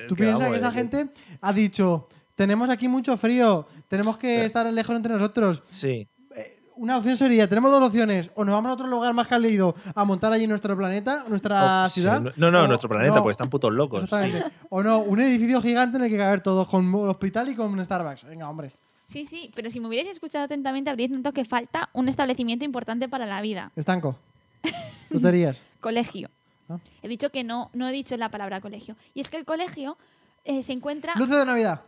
¿Tú Que piensas vamos, que esa eh, gente ha dicho, tenemos aquí mucho frío, tenemos que Sí. estar lejos entre nosotros? Sí. Una opción sería, tenemos dos opciones, o nos vamos a otro lugar más cálido a montar allí nuestro planeta, nuestra O- Oh, sí, ciudad. No, no, o- nuestro planeta, no, porque están putos locos. exactamente. O no, un edificio gigante en el que caber todos, con un hospital y con un Starbucks. Venga, hombre. Sí, sí, pero si me hubierais escuchado atentamente habríais notado que falta un establecimiento importante para la vida. Estanco. <laughs> Loterías. Colegio. Ah. He dicho que no, no he dicho la palabra colegio. Y es que el colegio eh, se encuentra... Luces de Navidad.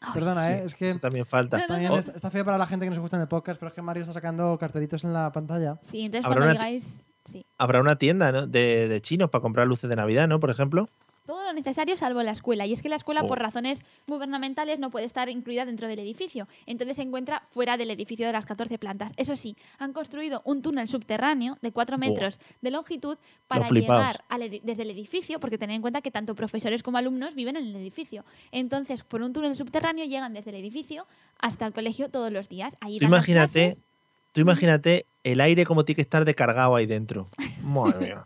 Ay, Perdona, ¿eh? Es que Eso también falta. No, no, también O- es- está feo para la gente que nos gusta en el podcast, pero es que Mario está sacando cartelitos en la pantalla. Sí, entonces Habrá cuando una digáis... Sí. Habrá una tienda ¿no? de, de chinos para comprar luces de Navidad, ¿no? Por ejemplo. Todo lo necesario salvo la escuela. Y es que la escuela, Oh. por razones gubernamentales, no puede estar incluida dentro del edificio. Entonces se encuentra fuera del edificio de las 14 plantas. Eso sí, han construido un túnel subterráneo de 4 metros de longitud para flipaos. llegar al edi- desde el edificio, porque tened en cuenta que tanto profesores como alumnos viven en el edificio. Entonces, por un túnel subterráneo llegan desde el edificio hasta el colegio todos los días. Ahí Tú dan las imagínate, clases, tú imagínate el aire como tiene que estar descargado ahí <laughs> dentro. Madre mía.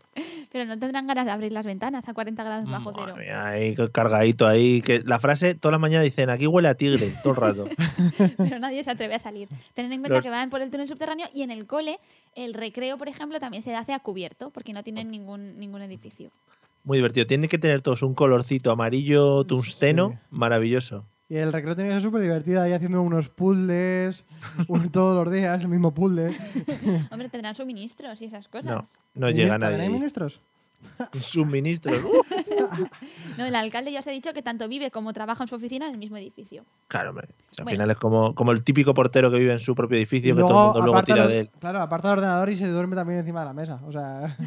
pero no tendrán ganas de abrir las ventanas a 40 grados bajo Mm, Madre cero. mía, ahí cargadito ahí. Que la frase, todas las mañanas dicen, aquí huele a tigre, todo el rato. <laughs> pero nadie se atreve a salir. Tened en cuenta Los- que van por el túnel subterráneo y en el cole, el recreo, por ejemplo, también se hace a cubierto, porque no tienen ningún, ningún edificio. Muy divertido. Tienen que tener todos un colorcito amarillo tungsteno Sí. maravilloso. Y el recreo tenía que ser súper divertido ahí haciendo unos puzzles <laughs> un- todos los días, el mismo puzzle. Hombre, tendrán suministros y esas cosas. No, no llega ¿También hay nadie. <laughs> ahí. ministros? Suministros. ¡Uh! No, el alcalde ya os he dicho que tanto vive como trabaja en su oficina en el mismo edificio. Claro, hombre. Al Bueno. final es como, como el típico portero que vive en su propio edificio, que todo el mundo luego aparta tira el- de él. Claro, aparta el ordenador y se duerme también encima de la mesa. O <laughs> sea,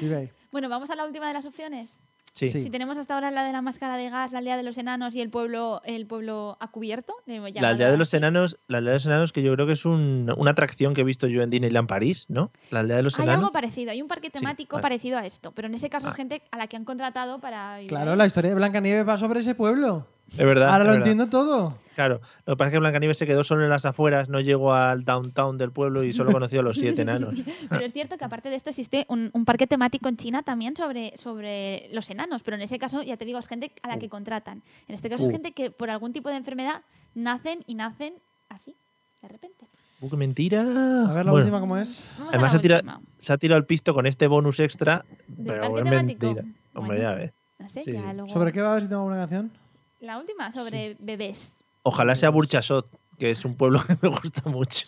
vive ahí. Bueno, vamos a la última de las opciones. Sí. Sí. Si tenemos hasta ahora la de la máscara de gas, la aldea de los enanos y el pueblo, el pueblo a cubierto. le hemos La llamado aldea de los así. enanos, la aldea de los enanos que yo creo que es un- una atracción que he visto yo en Disneyland París, ¿no? La aldea de los Hay enanos. algo parecido, hay un parque temático vale. parecido a esto, pero en ese caso Ah. es gente a la que han contratado para vivir Claro, ahí. la historia de Blancanieves va sobre ese pueblo. Es verdad. es Ahora lo verdad. entiendo todo. Claro. Lo que pasa es que Blancanieves se quedó solo en las afueras, no llegó al downtown del pueblo y solo conoció a los <laughs> siete enanos. Pero es cierto que aparte de esto existe un, un parque temático en China también sobre, sobre los enanos, pero en ese caso, ya te digo, es gente a la que contratan. En este caso Uh. es gente que por algún tipo de enfermedad nacen y nacen así, de repente. Uh, ¡Qué mentira! A ver la Bueno, última cómo es. Vamos Además a se, la tira- última. se ha tirado al pisto con este bonus extra, ¿Del pero parque es temático? mentira. Hombre, Bueno, ya ves. No sé, Sí. ya luego- ¿Sobre qué va a ver si tengo alguna canción? La última, sobre bebés. <laughs> Ojalá sea Burchasot, que es un pueblo <laughs> que me gusta mucho.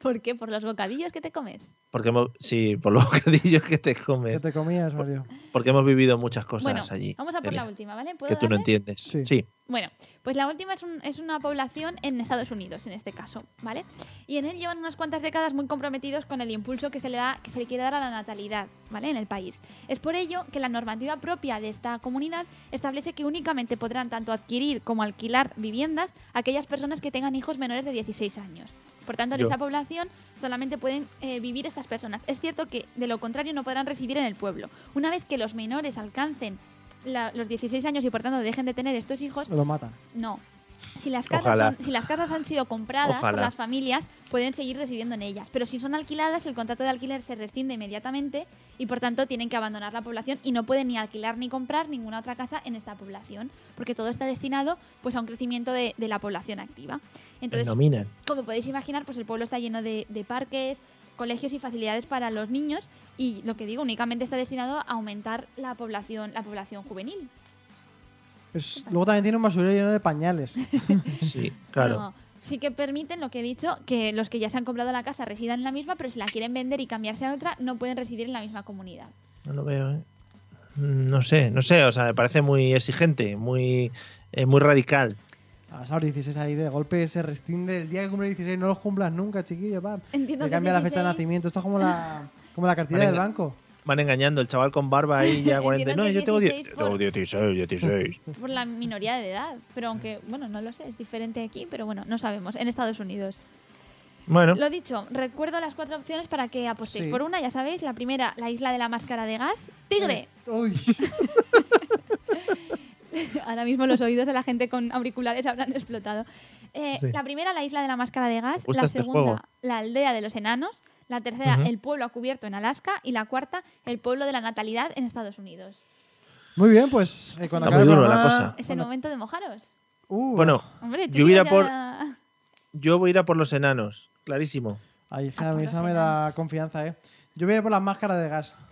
¿Por qué? Por los bocadillos que te comes. Porque hemos, sí, por los bocadillos que <laughs> te ¿Qué comes. te comías, Mario? Porque hemos vivido muchas cosas bueno, allí. vamos a por Elia, la última, ¿vale? ¿Puedo Que tú no darle? entiendes. Sí. sí. Bueno, pues la última es, un- es una población en Estados Unidos, en este caso, ¿vale? Y en él llevan unas cuantas décadas muy comprometidos con el impulso que se le da, que se le quiere dar a la natalidad, ¿vale? En el país. Es por ello que la normativa propia de esta comunidad establece que únicamente podrán tanto adquirir como alquilar viviendas aquellas personas que tengan hijos menores de 16 años. Por tanto, en Yo. esta población solamente pueden eh, vivir estas personas. Es cierto que de lo contrario no podrán residir en el pueblo. Una vez que los menores alcancen la- los 16 años y por tanto dejen de tener estos hijos, Lo matan. no. si las casas, Ojalá. son- si las casas han sido compradas por Ojalá. las familias, pueden seguir residiendo en ellas. Pero si son alquiladas, el contrato de alquiler se rescinde inmediatamente y por tanto tienen que abandonar la población y no pueden ni alquilar ni comprar ninguna otra casa en esta población, porque todo está destinado pues a un crecimiento de, de la población activa. Entonces, Denominan. como podéis imaginar, pues el pueblo está lleno de, de parques, colegios y facilidades para los niños y lo que digo, únicamente está destinado a aumentar la población, la población juvenil. Es- luego también tiene un basurero lleno de <laughs> pañales. Sí, claro. No, sí que permiten lo que he dicho, que los que ya se han comprado la casa residan en la misma, pero si la quieren vender y cambiarse a otra, no pueden residir en la misma comunidad. No lo veo, ¿eh? Mm, No sé, no sé, o sea, me parece muy exigente, muy, eh, muy radical. A Saur 16 Ah, ahí de golpe se rescinde el día que cumple 16, no los cumplas nunca, chiquillo, pam. Entiendo Le que cambia la fecha de 16. nacimiento. Esto es como la, como la cartilla del Venga. banco. Van engañando, el chaval con barba ahí <laughs> ya 40. Entiendo No, que yo tengo, 16 die- por- tengo 16, <laughs> 16. Por la minoría de edad, pero aunque, bueno, no lo sé, es diferente aquí, pero bueno, no sabemos, en Estados Unidos. Bueno, Lo dicho, recuerdo las cuatro opciones para que apostéis Sí. por una, ya sabéis, la primera, la isla de la máscara de gas, tigre. Uy, <laughs> Ahora mismo los oídos de la gente con auriculares habrán explotado. Eh, Sí. La primera, la isla de la máscara de gas. gusta La este segunda, juego. la aldea de los enanos. La tercera, Ujú. el pueblo a cubierto en Alaska. Y la cuarta, el pueblo de la natalidad en Estados Unidos. Muy bien, pues eh, Está cuando acabe muy el duro la programa- Es el cuando- momento de mojaros. Uh, bueno, Hombre, tú Yo hubiera tienes por- ya- yo voy a ir a por los enanos, clarísimo. Ahí, Ah, por Javi, esa los me da enanos. confianza, ¿eh? Yo voy a ir por las máscaras de gas. <laughs>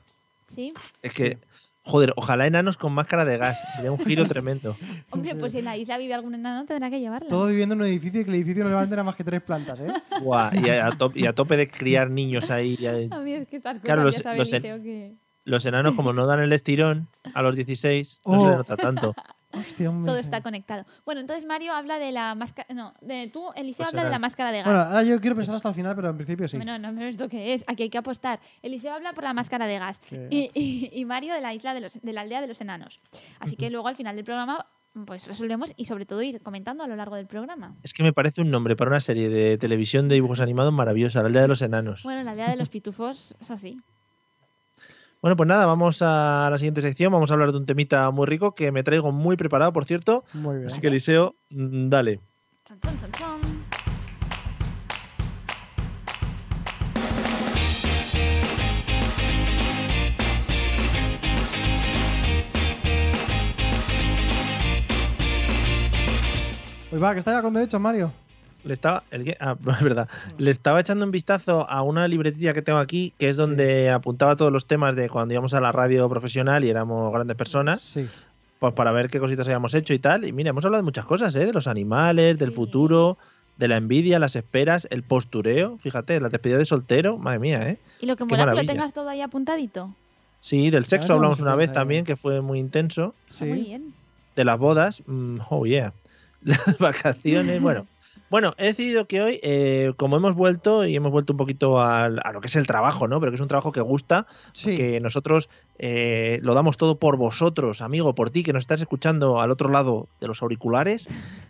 Sí. Es que, joder, ojalá enanos con máscara de gas, sería un <laughs> giro tremendo. Hombre, pues si en la isla vive algún enano, tendrá que llevarla. Todo viviendo en un edificio y que el edificio no levante nada más que tres plantas, <laughs> ¿eh? Buah, y, a, a top- y a tope de criar niños ahí. ya- A mí es que estas cosas Claro, los- ya sabéis, los en- Eliseo, que Los enanos, como no dan el estirón a los 16, no Oh. se les nota tanto. Hostia, hombre. todo está conectado. Bueno, entonces Mario habla de la máscara... No, de, tú, Eliseo, Pues habla de era- la máscara de gas. Bueno, ahora yo quiero pensar hasta el final, pero en principio sí. Bueno, no, pero esto qué es. Aquí hay que apostar. Eliseo habla por la máscara de gas Que- <laughs> y, y- y Mario de la isla de, los- de la aldea de los enanos. Así que luego al final del programa pues resolvemos y sobre todo ir comentando a lo largo del programa. Es que me parece un nombre para una serie de televisión de dibujos animados maravillosa, la aldea de los enanos. Bueno, la aldea de los pitufos es así. Bueno, pues nada, vamos a la siguiente sección. Vamos a hablar de un temita muy rico que me traigo muy preparado, por cierto. Muy bien. Así que, Eliseo, mm, dale. Chon, chon, chon, chon. Pues va, que está ya con derechos, Mario. Le estaba, el que- ah, <laughs> es verdad. Le estaba echando un vistazo a una libretilla que tengo aquí, que es Mm. Sí. donde apuntaba todos los temas de cuando íbamos a la radio profesional y éramos grandes personas, Sí. Ah, pues para ver qué cositas habíamos hecho y tal. Y mira, hemos hablado de muchas cosas, ¿eh? De los animales, del Sí. futuro, de la envidia, las esperas, el postureo. Fíjate, la despedida de soltero, madre mía, ¿eh? Y lo Qué que mola es que lo maravilla. tengas todo ahí apuntadito. Sí, del sexo tenemos hablamos que una vez centrar, también, que fue muy intenso. Está Sí. Muy bien. de las bodas, mm, oh yeah, <laughs> las vacaciones, bueno. Bueno, he decidido que hoy, eh, como hemos vuelto y hemos vuelto un poquito al- a lo que es el trabajo, ¿no? Pero que es un trabajo que gusta, Sí. que nosotros eh, lo damos todo por vosotros, amigo, por ti que nos estás escuchando al otro lado de los <laughs> auriculares.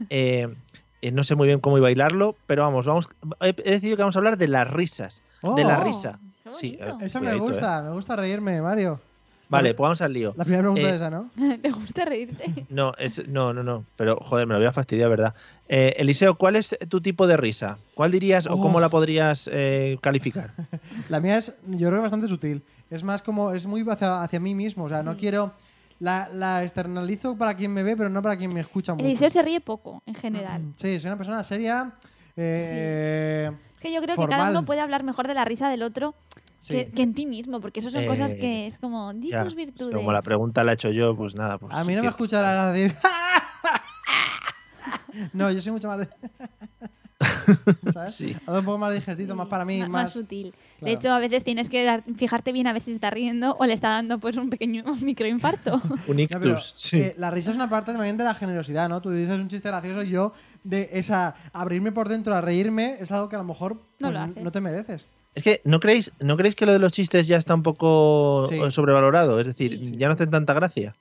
Eh, eh, no sé muy bien cómo iba a bailarlo, pero vamos, vamos. He, he decidido que vamos a hablar de las risas. de la Oh, risa. qué Sí, bonito. <laughs> eh, Eso me Cuidadito, gusta, me gusta reírme, Mario. Vale, pues vamos al lío. La primera pregunta Eh, es esa, ¿no? ¿Te <laughs> gusta reírte? No, es, no, no, no. Pero, joder, me lo voy a fastidiar, ¿verdad? Eh, Eliseo, ¿cuál es tu tipo de risa? ¿Cuál dirías o Uf. cómo la podrías eh, calificar? La mía es, yo creo que bastante sutil. Es más como, es muy hacia, hacia mí mismo. O sea, no quiero. La, la externalizo para quien me ve, pero no para quien me escucha mucho. Eliseo se ríe poco, en general. Sí, soy una persona seria. eh, Es que yo creo que cada Formal. uno puede hablar mejor de la risa del otro sí. que, que en ti mismo, porque eso son cosas Eh, que es como, di Ya, pues tus virtudes. Como la pregunta la he hecho yo, pues nada. Pues, A mí no que- me escucharás decir. <laughs> no, yo soy mucho más de. <laughs> ¿Sabes? Sí. Algo un poco más digertito, más para mí, Mm, ma- más. más, sutil. De claro. hecho, a veces tienes que dar- fijarte bien a ver si se está riendo o le está dando pues un pequeño <laughs> <laughs> microinfarto. Un No, pero, ictus, sí. eh, la risa es una parte también de la generosidad, ¿no? Tú dices un chiste gracioso y yo, de esa abrirme por dentro a reírme, es algo que a lo mejor No pues, lo haces. te mereces. Es que, ¿no creéis, ¿no creéis que lo de los chistes ya está un poco Sí. eh, sobrevalorado? Es decir, Sí, sí. ya no hacen tanta gracia.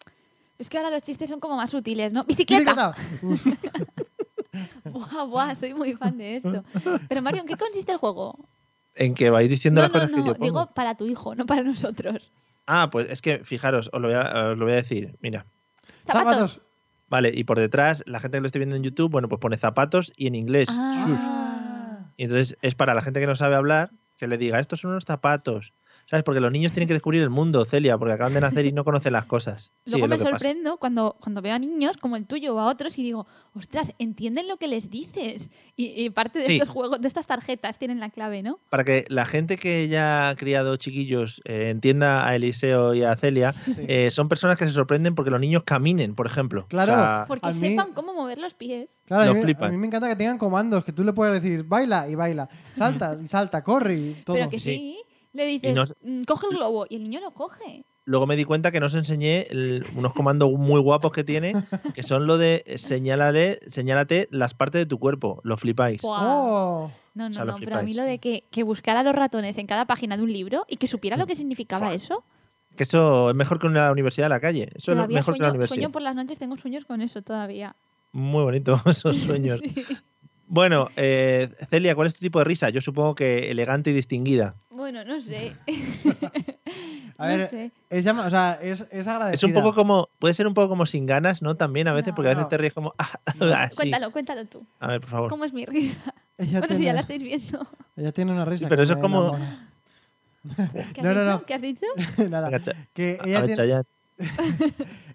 es que ahora los chistes son como más sutiles, ¿no? ¡Bicicleta! <laughs> Uf, ¡Buah, buah! Soy muy fan de esto. Pero Mario, ¿en qué consiste el juego? En que vais diciendo No, las no, cosas que no. yo pongo. Digo para tu hijo, no para <laughs> nosotros. Ah, pues es que, fijaros, os lo voy a, os lo voy a decir. Mira. ¡Zapatos! Zapatos. Vale, y por detrás, la gente que lo esté viendo en YouTube, bueno, pues pone zapatos y en inglés. shoes. Ah, Y entonces es para la gente que no sabe hablar que le diga, estos son unos zapatos. ¿Sabes? Porque los niños tienen que descubrir el mundo, Celia, porque acaban de nacer y no conocen las cosas. Sí, <laughs> Luego es lo me que pasa. sorprendo cuando, cuando veo a niños como el tuyo o a otros y digo, ostras, entienden lo que les dices. Y, y parte de Sí. estos juegos, de estas tarjetas, tienen la clave, ¿no? Para que la gente que ya ha criado chiquillos eh, entienda a Eliseo y a Celia, Sí. eh, son personas que se sorprenden porque los niños caminen, por ejemplo. Claro. Porque A mí- sepan cómo mover los pies. Claro, Lo a, mí, flipan. a mí me encanta que tengan comandos, que tú le puedes decir baila y baila, <laughs> salta y salta, corre y todo. Pero que Sí. sí, le dices, no es- "Mm, coge el globo y el niño lo coge. Luego me di cuenta que no os enseñé el- unos comandos muy guapos que <laughs> tiene, que son lo de eh, señálale, señálate las partes de tu cuerpo. Lo flipáis. Buah. ¡Oh! No, O no, sea, lo no, pero a mí flipáis. lo de que, que buscara los ratones en cada página de un libro y que supiera lo que significaba eso. Que eso es mejor que una universidad de la calle. Eso es todavía mejor que una sueño, universidad. sueño por las noches, tengo sueños con eso todavía. Muy bonito <laughs> esos sueños. <laughs> Sí. Bueno, eh, Celia, ¿cuál es tu tipo de risa? Yo supongo que elegante y distinguida. Bueno, no sé. A No ver, sé. es, llama- o sea, es, es agradecida. Es un poco como, puede ser un poco como sin ganas, ¿no? También a veces, No, porque a veces no. te ríes como... <laughs> ah, <laughs> así. Cuéntalo, cuéntalo tú. A ver, por favor. ¿Cómo es mi risa? Ella, Bueno, tiene, si ya la estáis viendo. ella tiene una Sí, risa. pero eso me es como- enamora. <laughs> ¿Qué has No, no, dicho? no. ¿Qué has dicho? Nada. Venga, Cha- Que a- ella, a ver, tiene, Chayanne.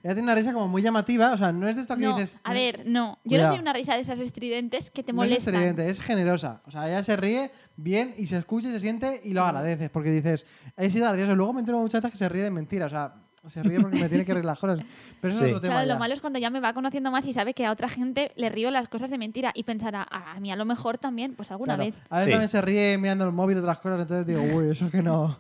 ella tiene una risa como muy llamativa, o sea, no es de esto que No, dices... a ver, no. Yo Cuidado. no soy una risa de esas estridentes que te no es molestan. estridente, es generosa. O sea, ella se ríe bien y se escucha y se siente y lo agradeces porque dices, he sido gracioso. Luego me entero muchas veces que se ríe de mentira, o sea, se ríe porque me tiene que reír las cosas. Pero eso Sí. es otro tema Claro, ya. lo malo es cuando ya me va conociendo más y sabe que a otra gente le río las cosas de mentira y pensará, "Ah, a mí a lo mejor también, pues alguna Claro. vez. A veces Sí. también se ríe mirando el móvil y otras cosas, entonces digo, uy, eso que <laughs> no.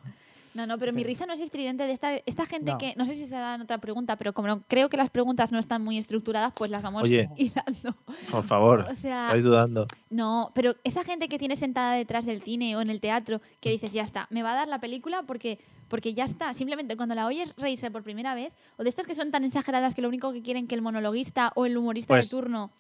No, no, pero mi risa no es estridente de esta, esta gente No. que, no sé si se dan otra pregunta, pero como no- creo que las preguntas no están muy estructuradas, pues las vamos Oye. <laughs> hilando. Por favor, O sea, estáis dudando. No, pero esa gente que tiene sentada detrás del cine o en el teatro que dices, ya está, me va a dar la película porque, porque ya está. Simplemente cuando la oyes reírse por primera vez, o de estas que son tan exageradas que lo único que quieren que el monologuista o el humorista Pues- de turno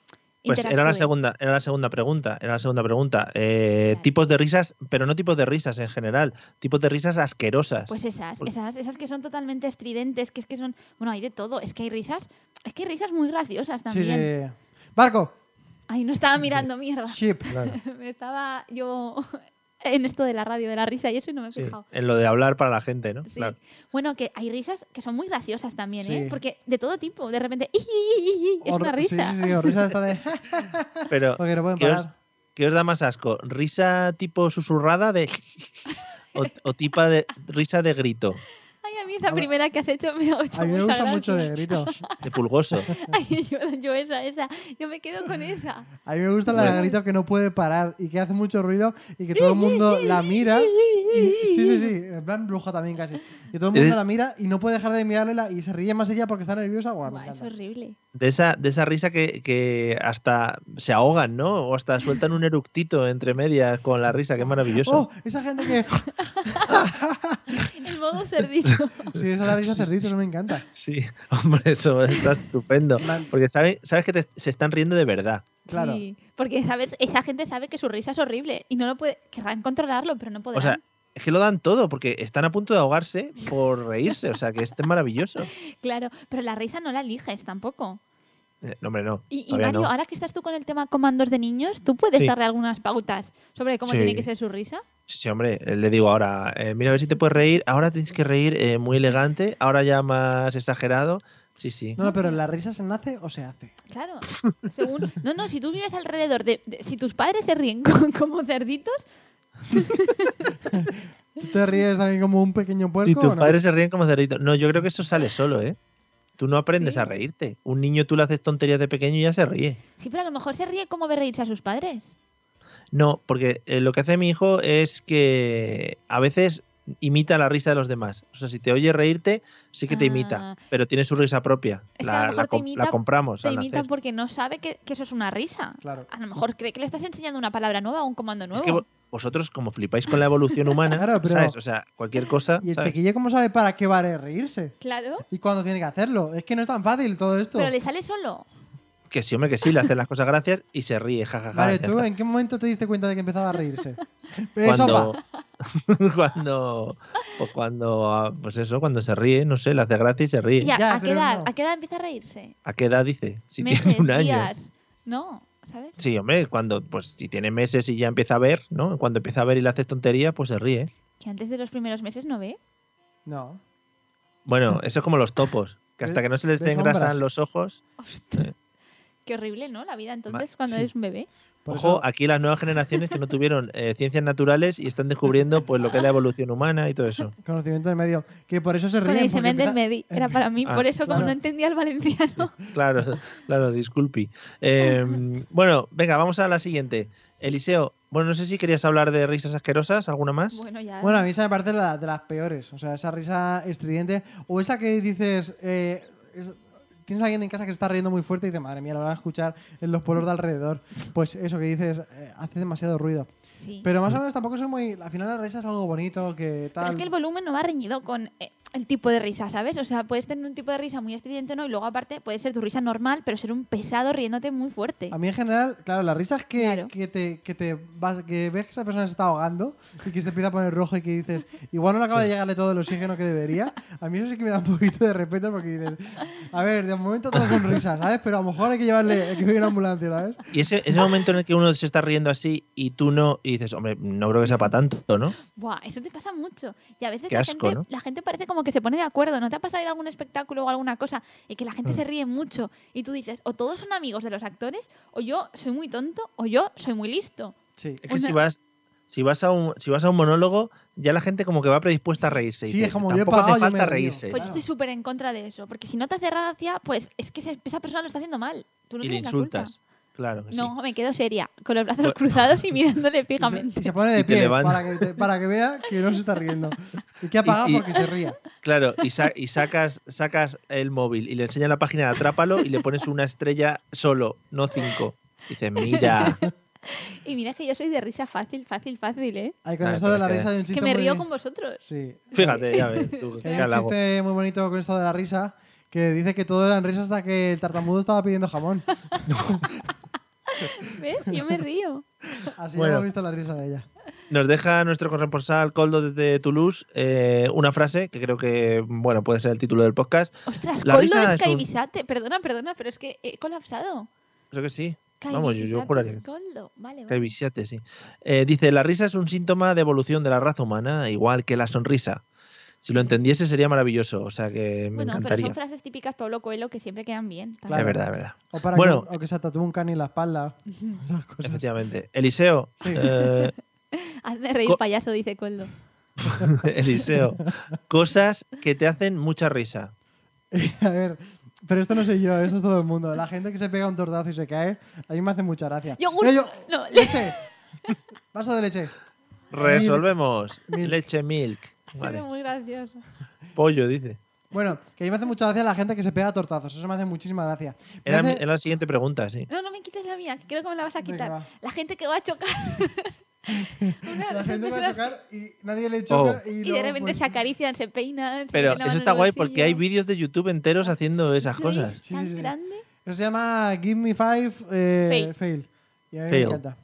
Pues era la interactúe. segunda, era la segunda pregunta, era la segunda pregunta. Eh, Claro. Tipos de risas, pero no tipos de risas en general, tipos de risas asquerosas. Pues esas, Porque- esas, esas que son totalmente estridentes, que es que son, bueno, hay de todo, es que hay risas, es que hay risas muy graciosas Sí, también. Ah. sí. Barco, Ay, no estaba mirando, mierda. <laughs> ship. Me estaba yo <laughs> en esto de la radio, de la risa y eso y no me he Sí, fijado. en lo de hablar para la gente, ¿no? Sí. Claro. Bueno, que hay risas que son muy graciosas también, Sí. ¿eh? Porque de todo tipo, de repente, "Ih, ih, ih, ih", es O- una risa. Sí, sí, sí, o risa esta de... "Ah", <laughs> Pero Porque no pueden ¿qué os- parar. ¿Qué os da más asco? ¿Risa tipo susurrada de... o, o tipa de risa de grito, Ay, a mí esa Ahora- primera que has hecho me ha hecho A mí me mucha gusta gracia. mucho de grito. de pulgoso? <laughs> Ay, yo, yo esa, esa, yo me quedo con esa. A mí me gusta la de Bueno. grito que no puede parar y que hace mucho ruido y que todo el mundo la mira. y- sí, sí, sí. En plan bruja también casi. Que todo el mundo Eres- la mira y no puede dejar de mirarla y se ríe más ella porque está nerviosa. Guau, me Buah, es encanta. horrible. De esa, de esa risa que, que hasta se ahogan, ¿no? O hasta sueltan un eructito entre medias con la risa, qué maravilloso. Oh, esa gente que... <laughs> El modo cerdito. Sí, esa es la risa cerdito, eso me encanta. Sí, <laughs> hombre, eso está estupendo. Man. Porque sabe- sabes que te- se están riendo de verdad. Claro. Sí, porque sabes, esa gente sabe que su risa es horrible y no lo puede, querrán controlarlo, pero no podrán. O sea, es que lo dan todo porque están a punto de ahogarse por reírse. O sea, que es maravilloso. claro, pero la risa no la eliges tampoco. Eh, No, hombre, no. Y, y todavía Mario, no. ahora que estás tú con el tema comandos de niños, tú puedes Sí. darle algunas pautas sobre cómo Sí. tiene que ser su risa. Sí, sí, hombre, eh, le digo ahora, eh, mira a ver si te puedes reír, ahora tienes que reír eh, muy elegante, ahora ya más exagerado. Sí, sí. No, no, pero la risa se nace o se hace. <laughs> Claro, según. No, no, si tú vives alrededor de. de- si tus padres se ríen <laughs> co- como cerditos, ¿Tú te ríes también como un pequeño puerco? Si o tus no? padres se ríen como cerditos. No, yo creo que eso sale solo, ¿eh? Tú no aprendes Sí. a reírte. Un niño tú le haces tonterías de pequeño y ya se ríe. sí, pero a lo mejor se ríe como ve reírse a sus padres. No, porque eh, lo que hace mi hijo es que a veces imita la risa de los demás. O sea, si te oye reírte, sí que te Ah. imita, pero tiene su risa propia. Es que a la, lo mejor la te com- la imita- compramos. Se al imita nacer. porque no sabe que, que eso es una risa. Claro. A lo mejor cree que le estás enseñando una palabra nueva o un comando Es nuevo. que vo- vosotros, como flipáis con la evolución humana, <laughs> Claro, pero- ¿sabes? O sea, cualquier cosa. ¿Y el ¿sabes? chiquillo cómo sabe para qué vale reírse? Claro, ¿Y cuándo tiene que hacerlo? Es que no es tan fácil todo esto. pero le sale solo. Que sí, hombre, que sí, le hacen las cosas gracias y se ríe, jajaja. <laughs> Vale, ¿tú en qué momento te diste cuenta de que empezaba a reírse? Eh, sopa. cuando, <laughs> cuando, pues cuando, ah, pues eso, cuando se ríe, no sé, le hace gracia y se ríe. Y a, Ya, ¿a qué pero edad, no. ¿a qué edad empieza a reírse? ¿A qué edad dice? Si Meses, tiene un año. días. No, ¿sabes? Sí, hombre, cuando, pues si tiene meses y ya empieza a ver, ¿no? Cuando empieza a ver y le haces tonterías, pues se ríe. Que antes de los primeros meses no ve. No. Mm. Bueno, eso es como los topos, que hasta que no se les Ve sombras. engrasan los ojos. Ostras. Sí. Qué horrible, ¿no? La vida entonces Ma- cuando sí. eres un bebé. Por Ojo, eso- aquí las nuevas generaciones que no tuvieron eh, ciencias naturales y están descubriendo pues lo que es la evolución humana y todo eso. Conocimiento del medio. Que por eso se ríen. Con el porque semen del empieza- Medi. Era para mí. Ah, Por eso, como claro. no entendía <laughs> el valenciano. Claro, claro, disculpi. Eh, bueno, venga, vamos a la siguente. Eliseo, bueno, no sé si querías hablar de risas asquerosas, ¿alguna más? Bueno, ya. Bueno, a mí esa me parece la, de las peores. O sea, esa risa estridente. O esa que dices. eh, es- Tienes a alguien en casa que se está riendo muy fuerte y dices, madre mía, lo van a escuchar en los pueblos de alrededor. Pues eso que dices, eh, hace demasiado ruido. sí. Pero más o menos tampoco soy muy. Al final la risa es algo bonito, que tal. Pero es que el volumen no va reñido con eh, el tipo de risa, ¿sabes? O sea, puedes tener un tipo de risa muy estridente, ¿no? Y luego, aparte, puede ser tu risa normal, pero ser un pesado riéndote muy fuerte. A mí en general, claro, las risas que, Claro. que te, que te vas- que ves que esa persona se está ahogando y que se empieza a poner rojo y que dices, igual no le acaba de llegarle todo el oxígeno que debería, a mí eso sí que me da un poquito de respeto porque dices, a ver, de momento todo son risas, ¿sabes? Pero a lo mejor hay que llevarle, hay que ir a una ambulancia, ¿sabes? Y ese, ese momento en el que uno se está riendo así y tú no, y dices, hombre, no creo que sea para tanto, ¿no? Buah, eso te pasa mucho. Y a veces Qué la, asco, gente, ¿no? la gente parece como que se pone de acuerdo. ¿No te ha pasado ir a algún espectáculo o alguna cosa y que la Mm. gente se ríe mucho? Y tú dices, o todos son amigos de los actores, o yo soy muy tonto, o yo soy muy listo. Sí. Es que Una- si vas, si vas a un, si vas a un monólogo, ya la gente como que va predispuesta a reírse. y Sí, es como, yo he tampoco pagado, hace yo me falta río". reírse. Pues claro. yo estoy súper en contra de eso, porque si no te hace gracia, pues es que ese- esa persona lo está haciendo mal. Tú no y le tienes insultas. La culpa. Claro que sí. Pues- No, me quedo seria, con los brazos Bueno. cruzados <laughs> y mirándole Y se, y fijamente. se pone de Y te pie levanta. para que, te- para que vea que no se está riendo. Y que ha pagado Y- y- porque se ría. Claro, y, sa- y sacas, sacas el móvil y le enseñas la página de Atrápalo y le pones una estrella solo, no cinco. Y dices, mira, Y mira que yo soy de risa fácil, fácil, fácil, ¿eh? Ahí con Ah, esto de la pero es que- risa hay un Es chiste que me muy- río con vosotros. Sí. fíjate, ya ves, tú, Que qué Hay un halago. chiste muy bonito con esto de la risa que dice que todo eran risas hasta que el tartamudo estaba <laughs> pidiendo jamón. ¿Ves? Yo <laughs> me río. Así Bueno. hemos visto la risa de ella. Nos deja nuestro corresponsal Coldo desde Toulouse eh, una frase que creo que, bueno, puede ser el título del podcast. Ostras, La Coldo risa es es Caivisate. Perdona, perdona, pero es que he colapsado. Creo que sí. Vamos, yo- yo Caivisate juraría es que- Coldo. Vale, Que vale. visiate, sí. Eh, dice, la risa es un síntoma de evolución de la raza humana, igual que la sonrisa. Si lo entendiese sería maravilloso, o sea que me Bueno, pero encantaría. son frases típicas Pablo Coelho que siempre quedan bien. también. Claro. Pues Es verdad, es verdad. O para Bueno. que, o que se tatúe un cani en la <laughs> espalda. Esas cosas. Efectivamente. Eliseo, eh, Hazme reír, Co- payaso, dice Coldo. <laughs> Eliseo, cosas que te hacen mucha risa. <laughs> A ver, pero esto no soy yo, esto es todo el mundo. La gente que se pega un tortazo y se cae, a mí me hace mucha gracia. Yogur. Eh, yo- No, <laughs> le- ¡Leche! Vaso de leche. Resolvemos. Milk. Leche milk. Vale. Es muy gracioso. Pollo, dice. Bueno, que a mí me hace mucha gracia la gente que se pega a tortazos. Eso me hace muchísima gracia. Me Era, hace- mi- era la siguiente pregunta, sí. No, no me quites la mía, que creo que me la vas a Venga, quitar. va. La gente que va <laughs> a chocar. Una de La esas gente va a personas chocar y nadie le choca. Oh. Y, Y de luego, repente pues, se acarician, se peinan. se Pero meten eso la mano en está el guay porque hay bolsillo. vídeos de YouTube enteros haciendo esas Eso cosas. es Sí, tan sí, sí. grande. Eso se llama Give Me Five eh, Fail. Y a mí Fail. me encanta.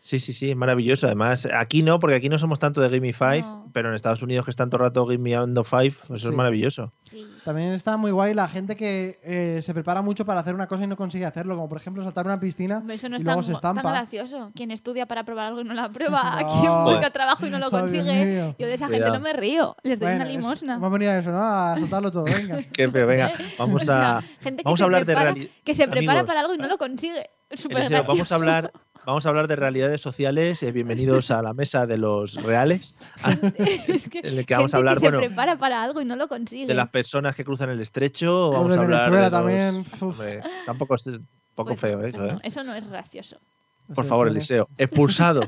Sí, sí, sí, es maravilloso. Además, aquí no, porque aquí no somos tanto de Gimme Five, No. pero en Estados Unidos que están todo el rato Gimme Five, eso Sí. es <laughs> maravilloso. Sí. También está muy guay la gente que eh, se prepara mucho para hacer una cosa y no consigue hacerlo, como por ejemplo saltar una piscina Hombre, Eso no y es luego tan, se gu- tan estampa. gracioso. Quien estudia para probar algo y no <laughs> la aprueba, No. quien busca trabajo y no lo Oh, Dios mío. consigue. Yo de esa gente Cuidado. no me río, les doy Bueno, una es- limosna. vamos a venir a eso, ¿no? A soltarlo <laughs> todo, venga. Qué feo, venga, O vamos sea, a, gente que vamos se a hablar prepara- de realidad. Que se prepara para algo y no lo consigue. Súper Eliseo, vamos gracioso. a hablar vamos a hablar de realidades sociales eh, bienvenidos a la mesa de los reales Ah, <laughs> es que, en el que vamos gente a hablar que bueno se prepara para algo y no lo consigue. de las personas que cruzan el estrecho Los vamos de a hablar de los- <laughs> Venezuela también, uf. hombre, tampoco es eh, poco Pues feo no, eso pues eh. no, eso no es gracioso. por favor Eliseo <laughs> expulsado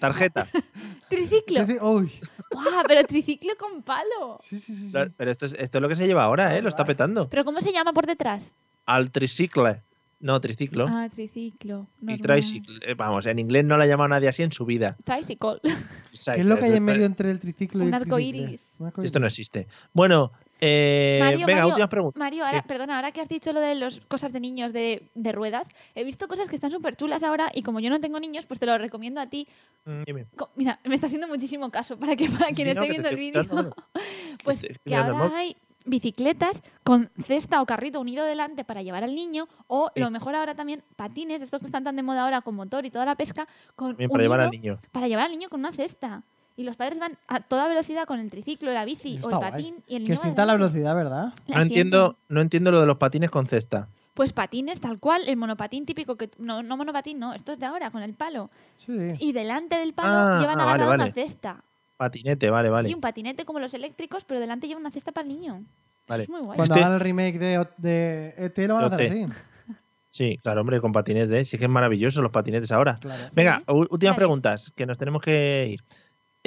tarjeta Triciclo. Dice- uy, ¡Buah! Pero triciclo con palo. sí, sí, sí. sí. La- pero esto es, esto es lo que se lleva ahora eh lo está petando ¿Pero cómo se llama por detrás? al tricicle no triciclo Ah, triciclo. y normal. tricycle eh, vamos en inglés no la ha llamado nadie así en su vida Tricycle. ¿Qué es lo que hay en medio entre el triciclo y Un el triciclo? arcoiris. Un arcoiris. esto no existe bueno Eh, Mario, venga, Mario, últimas preguntas. Mario, ahora, Sí. perdona, ahora que has dicho lo de las cosas de niños de, de ruedas, he visto cosas que están súper chulas ahora y como yo no tengo niños, pues te lo recomiendo a ti. Mm, dime. Co- Mira, me está haciendo muchísimo caso para que para quien Dino, esté que te viendo el estoy escuchando. vídeo. <laughs> Pues Estoy que escuchando el ahora móvil. hay bicicletas con cesta o carrito unido delante para llevar al niño o Sí. lo mejor ahora también patines, estos que están tan de moda ahora con motor y toda la pesca, con Bien, unido para llevar al niño. para llevar al niño con una cesta. Y los padres van a toda velocidad con el triciclo, la bici Eso o el está guay. patín y el niño Que va sienta la delante. velocidad, ¿verdad? La No Ah, entiendo, sientan. no entiendo lo de los patines con cesta. Pues patines tal cual, el monopatín típico que no no monopatín, no, esto es de ahora con el palo. Sí. Y delante del palo Ah, llevan ah, vale, agarrada vale. una cesta. Patinete, vale, vale. Sí, un patinete como los eléctricos, pero delante lleva una cesta para el niño. Vale. Eso es muy guay. Cuando Este- hagan el remake de, O- de ET lo van a hacer Yo te- así. Sí, claro, hombre, con patinete. ¿eh? Sí que es maravilloso los patinetes ahora. Claro. Venga, u- últimas Dale. preguntas, que nos tenemos que ir.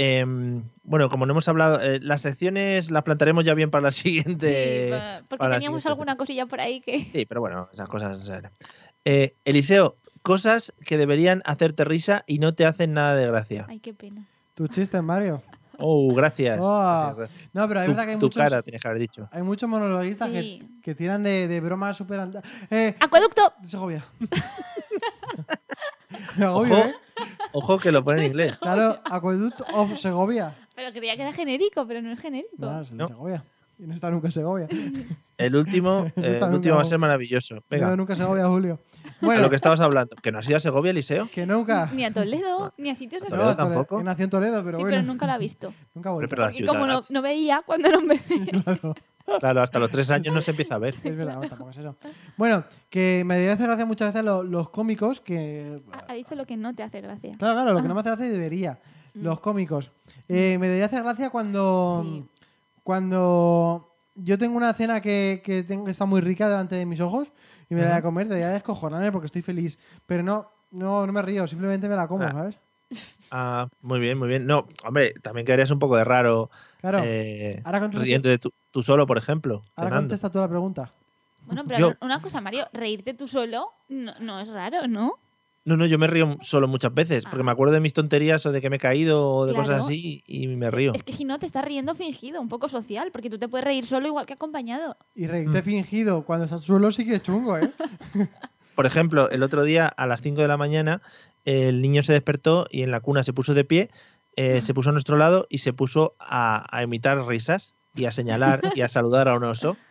Em, bueno, como no hemos hablado, eh, las secciones las plantaremos ya bien para la <laughs> siguiente. Sí, pa- porque para la teníamos siguiente. alguna cosilla por ahí <laughs> que... Sí, pero bueno, esas cosas. o sea, eh, Eliseo, cosas que deberían hacerte risa y no te hacen nada de gracia. Ay, qué pena. Tus chistes, Mario. Oh, gracias. Oh. Gracias, gracias. No, pero es Tu- verdad que hay tu muchos, cara tienes que haber dicho. hay muchos monologuistas que- Sí. que, tiran de, de bromas súper... ant- Eh, ¡Acueducto! <laughs> Segovia. Me agobio, Ojo. ¿eh? Ojo que lo <laughs> pone en inglés. Claro, Acueducto oh, of Segovia. Pero creía que era genérico, pero no es genérico. No, es de No. Segovia. Y no está nunca en Segovia. El <laughs> último, No eh, está el último va a nunca- ser maravilloso. No, Venga, nunca en Segovia, Julio. <laughs> a Bueno, lo que estabas hablando. ¿Que no has ido a Segovia, Eliseo? que nunca. Ni a Toledo, ni a sitios así. Ah. Toledo No, Toledo- tampoco. que nació en Toledo, pero Sí, bueno. pero nunca lo ha visto. Nunca voy. Hombre, pero la Y como no, ciudad- no veía cuando era <laughs> un bebé. <laughs> Claro, hasta los tres años no se empieza a ver. Es verdad, bueno, tampoco es eso. Bueno, que me debería hacer gracia muchas veces lo- los cómicos que. Ha ha dicho lo que no te hace gracia. Claro, claro, lo que no me hace gracia debería. Mm. Los cómicos. Eh, me debería hacer gracia cuando. Sí. Cuando yo tengo una cena que, que tengo que está muy rica delante de mis ojos y me la voy a comer, debería descojonarme porque estoy feliz. Pero no, no, no me río, simplemente me la como, Ah. ¿sabes? Ah, muy bien, muy bien. No, hombre, también quedarías un poco de raro Claro. eh, Ah, ahora contesta- riéndote tú, tú solo, por ejemplo. Ahora cenando. contesta tú la pregunta. Bueno, pero Yo- una cosa, Mario, reírte tú solo no, no es raro, ¿no? No, no, yo me río solo muchas veces, porque Ah. me acuerdo de mis tonterías o de que me he caído o de Claro. cosas así y me río. Es que si no, te estás riendo fingido, un poco social, porque tú te puedes reír solo igual que acompañado. Y Mm. reírte fingido cuando estás solo sí que es chungo, ¿eh? <laughs> Por ejemplo, el otro día a las 5 de la mañana el niño se despertó y en la cuna se puso de pie, eh, se puso a nuestro lado y se puso a, a imitar risas y a señalar y a saludar a un oso. <laughs>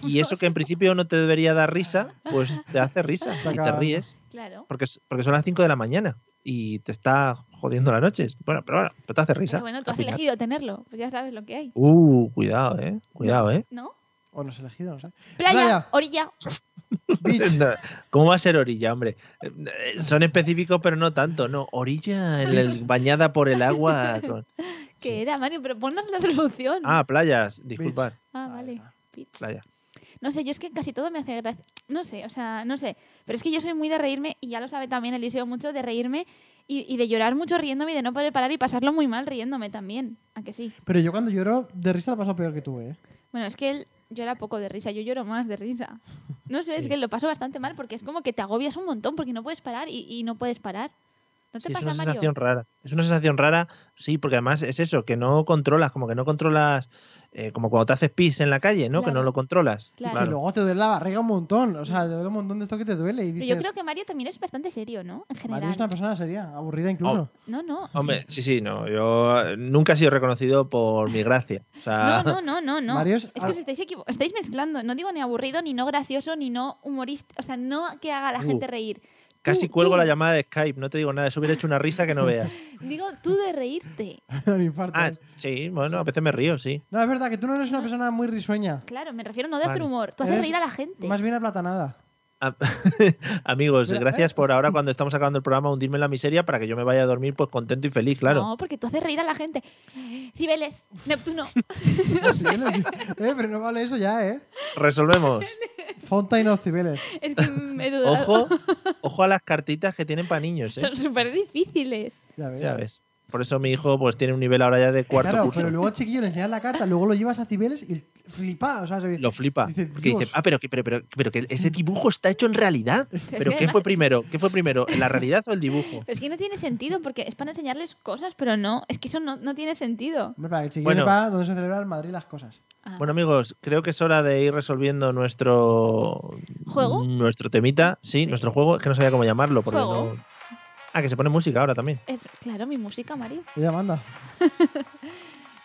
Y eso que en principio no te debería dar risa, pues te hace risa y te acabando. ríes, Claro. porque, es- porque son las 5 de la mañana y te está jodiendo la noche. Bueno, pero bueno, pero te hace risa. Pero bueno, tú al has final. elegido tenerlo, pues ya sabes lo que hay, Uh, cuidado, eh. Cuidado, eh. ¿no? O no has <laughs> elegido, no sé. Playa, Playa. orilla. Bitch. No, ¿Cómo va a ser orilla, hombre? Eh, Son específicos, pero no tanto. No, orilla en <laughs> el- bañada por el agua. con- que Sí. era, Mario? Pero ponnos la solución. Ah, <laughs> playas, disculpad, Ah, ahí vale. está. Pits. playa. No sé, yo es que casi todo me hace gracia. No sé, o sea, no sé. Pero es que yo soy muy de reírme, y ya lo sabe también Eliseo mucho, de reírme y, y de llorar mucho riéndome y de no poder parar y pasarlo muy mal riéndome también. ¿A que sí? Pero yo cuando lloro, de risa la paso peor que tú, ¿eh? Bueno, es que él llora poco de risa, yo lloro más de risa. No sé, es que lo paso bastante mal porque es como que te agobias un montón porque no puedes parar y, y no puedes parar. ¿No te Sí, es pasa, una Mario? sensación rara. Es una sensación rara, sí, porque además es eso, que no controlas, como que no controlas, eh, como cuando te haces pis en la calle, ¿no? Que Claro. no lo controlas. Claro. Que luego te duele la barriga un montón. O sea, te duele un montón de esto que te duele. Y Mm. Pero dices, yo creo que Mario también es bastante serio, ¿no? En general. Mario es una persona seria, aburrida incluso. No, no. Hombre, sí, sí, no. Yo eh, nunca he sido reconocido por mi gracia. O sea, No, no, no, no, no. Mario Es es- que os estáis, equivo- estáis mezclando. No digo ni aburrido, ni no gracioso, ni no humorista. O sea, no que haga a la Uh, gente reír. Tú- <laughs> casi cuelgo tú- la llamada de Skype, no te digo nada. Eso hubiera hecho una risa que no veas. <laughs> Digo tú de reírte. <laughs> Me da un infarto. Ah, sí, bueno, a veces me río, sí. No, es verdad que tú no eres Ah. una persona muy risueña. Claro, me refiero no de hacer Vale. humor. Tú haces Eres reír a la gente. Más bien <laughs> aplatanada. Ah, Amigos, Mira, gracias eh. por ahora cuando estamos acabando el programa hundirme en la miseria para que yo me vaya a dormir pues contento y feliz, claro. No, porque tú haces reír a la gente. Cibeles, Neptuno. <laughs> <laughs> Cibeles, eh, pero no vale eso ya, ¿eh? <laughs> Resolvemos. Fontaine of Cibeles. es que me he dudado. Ojo, ojo a las cartitas que tienen para niños, <laughs> ¿eh? Son súper difíciles. Ya ves. Ya ves. Por eso mi hijo pues tiene un nivel ahora ya de cuarto Eh, Claro, curso. pero luego al chiquillo le enseñas la carta, luego lo llevas a Cibeles y flipa. O sea, se- Lo flipa. Dice, porque dice, "Dios". ah, pero que, pero, pero, pero que ese dibujo está hecho en <laughs> realidad. Pero que ¿qué además fue es- primero? ¿Qué fue primero? ¿La realidad o el dibujo? Pero es que no tiene sentido porque es para enseñarles cosas, pero no. Es que eso no, no tiene sentido. Hombre, para que el chiquillo Bueno. sepa dónde se celebra en Madrid las cosas. Ah. Bueno, amigos, creo que es hora de ir resolviendo nuestro. ¿Juego? Nuestro temita. Sí, Sí. nuestro juego. Es que no sabía cómo llamarlo. Porque ¿Juego? no- Ah, que se pone música ahora también. Es, claro, mi música, Mario. Ella manda.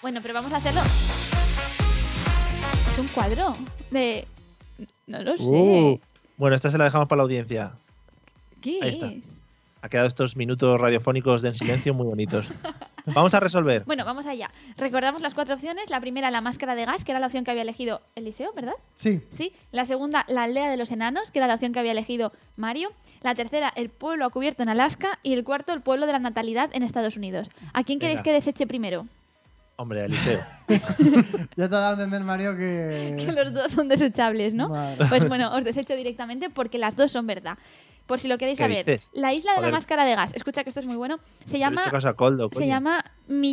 Bueno, pero vamos a hacerlo. Es un cuadro de... No lo sé. Uh. Bueno, esta se la dejamos para la audiencia. ¿Qué ahí está. es? Ha quedado estos minutos radiofónicos de en silencio muy bonitos. Vamos a resolver. Bueno, vamos allá. Recordamos las cuatro opciones. La primera, la máscara de gas, que era la opción que había elegido Eliseo, ¿verdad? Sí. Sí. La segunda, la aldea de los enanos, que era la opción que había elegido Mario. La tercera, el pueblo a cubierto en Alaska. Y el cuarto, el pueblo de la natalidad en Estados Unidos. ¿A quién queréis Venga. que deseche primero? Hombre, Eliseo. Ya te ha dado a entender, Mario, que. <laughs> Que los dos son desechables, ¿no? <laughs> Vale. Pues <laughs> bueno, os desecho directamente porque las dos son verdad. Por si lo queréis ¿Qué saber, dices? la isla de la Joder. máscara de gas, escucha que esto es muy bueno, se Le llama, he hecho caso a Coldo, se coño. llama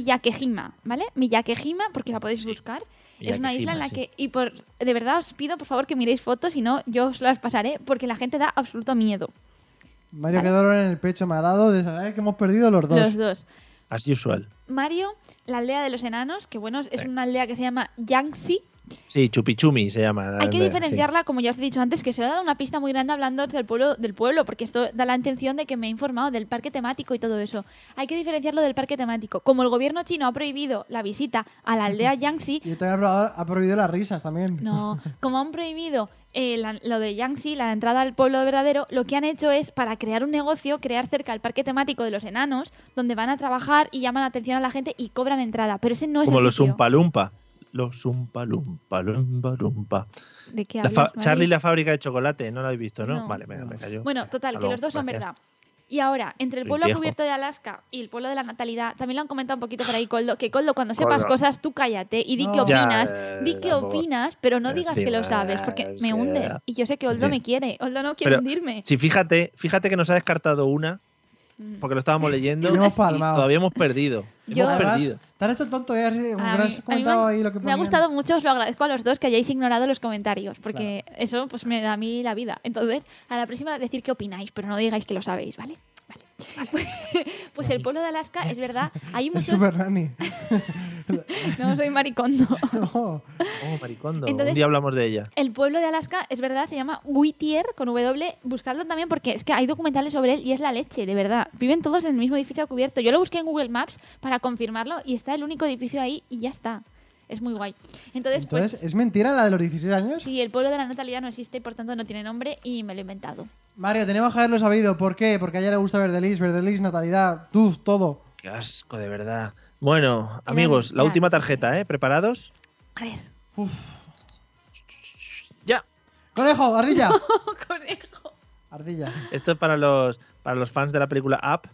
Miyakejima, ¿vale? Miyakejima, porque la podéis Sí. buscar. es Miyakejima, una isla en la sí. que, y por, de verdad os pido por favor que miréis fotos, y no yo os las pasaré, porque la gente da absoluto miedo. Mario, qué dolor en el pecho me ha dado de saber que hemos perdido los dos. Los dos. As usual. Mario, la aldea de los enanos, que bueno, es una aldea que se llama Yangtze, Sí, Chupichumi se llama. la Hay que verdad, diferenciarla, como ya os he dicho antes, que se ha dado una pista muy grande hablando del pueblo, del pueblo, porque esto da la intención de que me he informado del parque temático y todo eso. Hay que diferenciarlo del parque temático. Como el gobierno chino ha prohibido la visita a la aldea Yangtze, Y también ha probado- ha prohibido las risas también. no, como han prohibido eh, la- lo de Yangtze, la entrada al pueblo verdadero, lo que han hecho es, para crear un negocio, crear cerca el parque temático de los enanos, donde van a trabajar y llaman la atención a la gente y cobran entrada. Pero ese no Sí. es Como el los sitio. Umpalumpa. Los Umpalumpa, Lumpa, Lumpa. ¿De qué La fa- hablas, Mari? Charlie y la fábrica de chocolate, ¿no la habéis visto, no? No. Vale, venga, me cayó. Bueno, total, que Aló, los dos son gracias. verdad. Y ahora, entre el Soy pueblo viejo. cubierto de Alaska y el pueblo de la natalidad, también lo han comentado un poquito por ahí, Coldo, que Coldo, cuando sepas Coldo. cosas, tú cállate y di No. que Ya, opinas, di eh, que tampoco. opinas, pero no digas que lo Encima, sabes, porque es me que- hundes. Y yo sé que Oldo Sí. me quiere, Oldo no quiere Pero- hundirme. Sí, fíjate, fíjate que nos ha descartado una, porque lo estábamos leyendo. Y hemos y palmado. todavía hemos <laughs> perdido. Mm. Yo- hemos Además, perdido. Te has hecho el tonto y has, A mí- has a mí me, comentado han- ahí lo que me ha ponían. gustado mucho, os lo agradezco a los dos que hayáis ignorado los comentarios, porque eso pues me da a mí la vida. Entonces, a la próxima decir qué opináis, pero no digáis que lo sabéis, ¿vale? Vale. <laughs> pues el pueblo de Alaska, es verdad, <laughs> hay Es muchos... Super Nanny. <laughs> No, soy maricondo. <laughs> No. Oh, maricondo. Entonces- un día hablamos de ella. El pueblo de Alaska, es verdad, se llama Whittier con W. Buscadlo también porque es que hay documentales sobre él y es la leche, de verdad. Viven todos en el mismo edificio cubierto. Yo lo busqué en Google Maps para confirmarlo y está el único edificio ahí y ya está. Es muy guay. Entonces, Entonces, pues ¿es mentira la de los 16 años? sí, el pueblo de la natalidad no existe, por tanto no tiene nombre y me lo he inventado. Mario, tenemos que haberlo sabido. ¿Por qué? Porque a ella le gusta Verdelis, Verdelis, natalidad, tú, todo. Qué asco, de verdad. Bueno, amigos, la ya. última tarjeta, ¿eh? ¿Preparados? A ver, ¡Ya! ¡Conejo! <laughs> ¡Ardilla! Oh, conejo. ¡Ardilla! Esto es para los, para los fans de la película Up.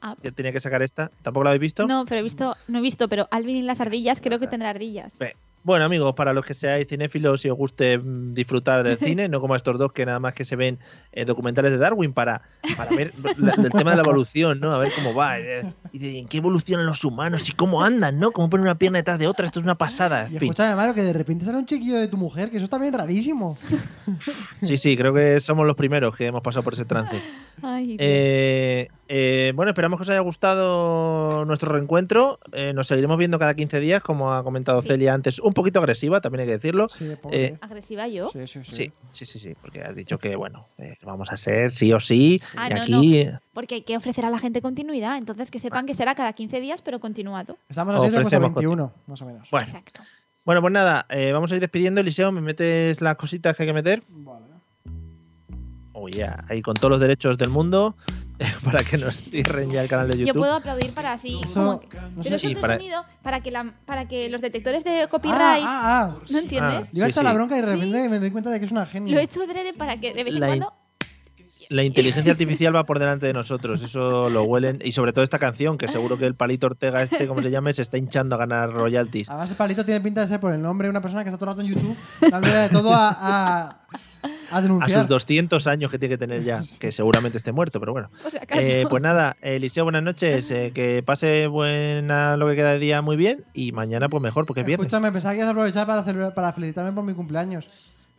Ah, que tenía que sacar esta. ¿Tampoco la habéis visto? no, pero he visto, no he visto, pero Alvin y las ardillas creo que verdad. tendrá ardillas. Ve- Bueno, amigos, para los que seáis cinéfilos y os guste mm, disfrutar del cine, no como a estos dos que nada más que se ven eh, documentales de Darwin para, para ver la- el tema de la evolución, ¿no? A ver cómo va. eh, y de, en qué evolucionan los humanos y cómo andan, ¿no? Cómo ponen una pierna detrás de otra. Esto es una pasada. Y En fin. escúchame, Mario, que de repente sale un chiquillo de tu mujer, que eso está bien <laughs> rarísimo. Sí, sí, creo que somos los primeros que hemos pasado por ese trance. Ay, Dios. Eh, eh, bueno, esperamos que os haya gustado nuestro reencuentro. Eh, nos seguiremos viendo cada 15 días, como ha comentado Sí. Celia antes, un poquito agresiva, también hay que decirlo. Sí, pobre. Eh, agresiva yo. sí, sí, sí. Sí, sí, sí, sí, porque has dicho que, bueno, eh, vamos a ser sí o sí. Ah, y no, aquí eh, Porque hay que ofrecer a la gente continuidad, entonces que Ah. sepan que será cada 15 días, pero continuado. Estamos así de cosa Ofrecemos 21, más o menos. Bueno, Exacto. bueno, pues nada, eh, vamos a ir despidiendo. Eliseo, ¿me metes las cositas que hay que meter? Vale. Oye, ahí con todos los derechos del mundo, <laughs> para que nos cierren ya el canal de YouTube. Yo puedo aplaudir para así. Eso- como que- no pero sé es Sí, otro para- sonido para que, la, para que los detectores de Ah, copyright. ah, ah. ¿No entiendes? Ah. Le iba a Sí, echar la sí. bronca y de repente me doy cuenta de que es una genia. Lo he hecho adrede para que de vez en La in- cuando. La inteligencia artificial va por delante de nosotros, eso lo huelen. Y sobre todo esta canción, que seguro que el palito Ortega, este, como se llame, se está hinchando a ganar royalties. Además, el palito tiene pinta de ser por el nombre de una persona que está todo el rato en YouTube dándole de todo a, a, a A denunciar. sus 200 años que tiene que tener ya, que seguramente esté muerto, pero bueno. <laughs> Por si acaso. Eh, pues nada, Eliseo, buenas noches. eh, que pase buena lo que queda de día muy bien y mañana pues mejor porque es viernes. Escúchame, pensaba que ibas a aprovechar para, celebrar- para felicitarme por mi cumpleaños.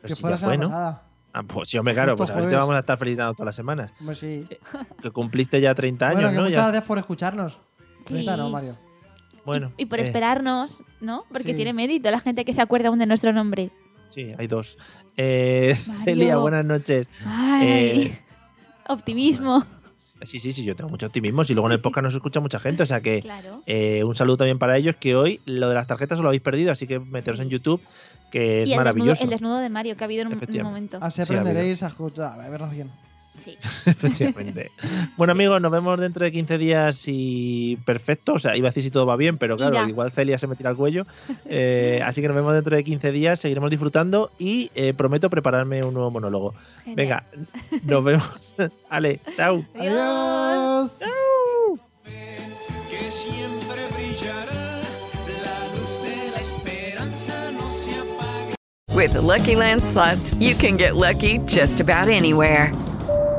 Pero que si fuera ya semana fue, ¿no? pasada. Ah, pues sí, hombre, claro, pues a ver, te Jueves. vamos a estar felicitando todas las semanas. Hombre, sí. Que cumpliste ya 30 Eh, años, bueno, que ¿no? muchas Ya- gracias por escucharnos. Sí. 30 no, Mario. Bueno. y, y por eh, esperarnos, ¿no? Porque sí. tiene mérito la gente que se acuerda aún de nuestro nombre. Sí, hay dos. Eh, Mario. <laughs> Celia, buenas noches. Ay, Eh, optimismo. Sí, sí, sí, yo tengo mucho optimismo. Si luego en el podcast nos escucha mucha gente, o sea que Claro. eh, un saludo también para ellos, que hoy lo de las tarjetas os lo habéis perdido, así que meteros en YouTube, que es y el desnudo, maravilloso. el desnudo de Mario que ha habido en un- un, Efectivamente. momento. Así Sí, ha habido. aprenderéis a juzgar, a vernos bien. Sí. Efectivamente. Bueno, amigos, nos vemos dentro de 15 días y perfecto. O sea, iba a decir si todo va bien, pero claro, Irá. igual Celia se me tira al cuello. Eh, así que nos vemos dentro de 15 días, seguiremos disfrutando y eh, prometo prepararme un nuevo monólogo. Genial. Venga, nos vemos. <laughs> Ale, chao. Adiós. que siempre brillará la luz de la esperanza no se apaga. With the Lucky Land slots, you can get lucky just about anywhere.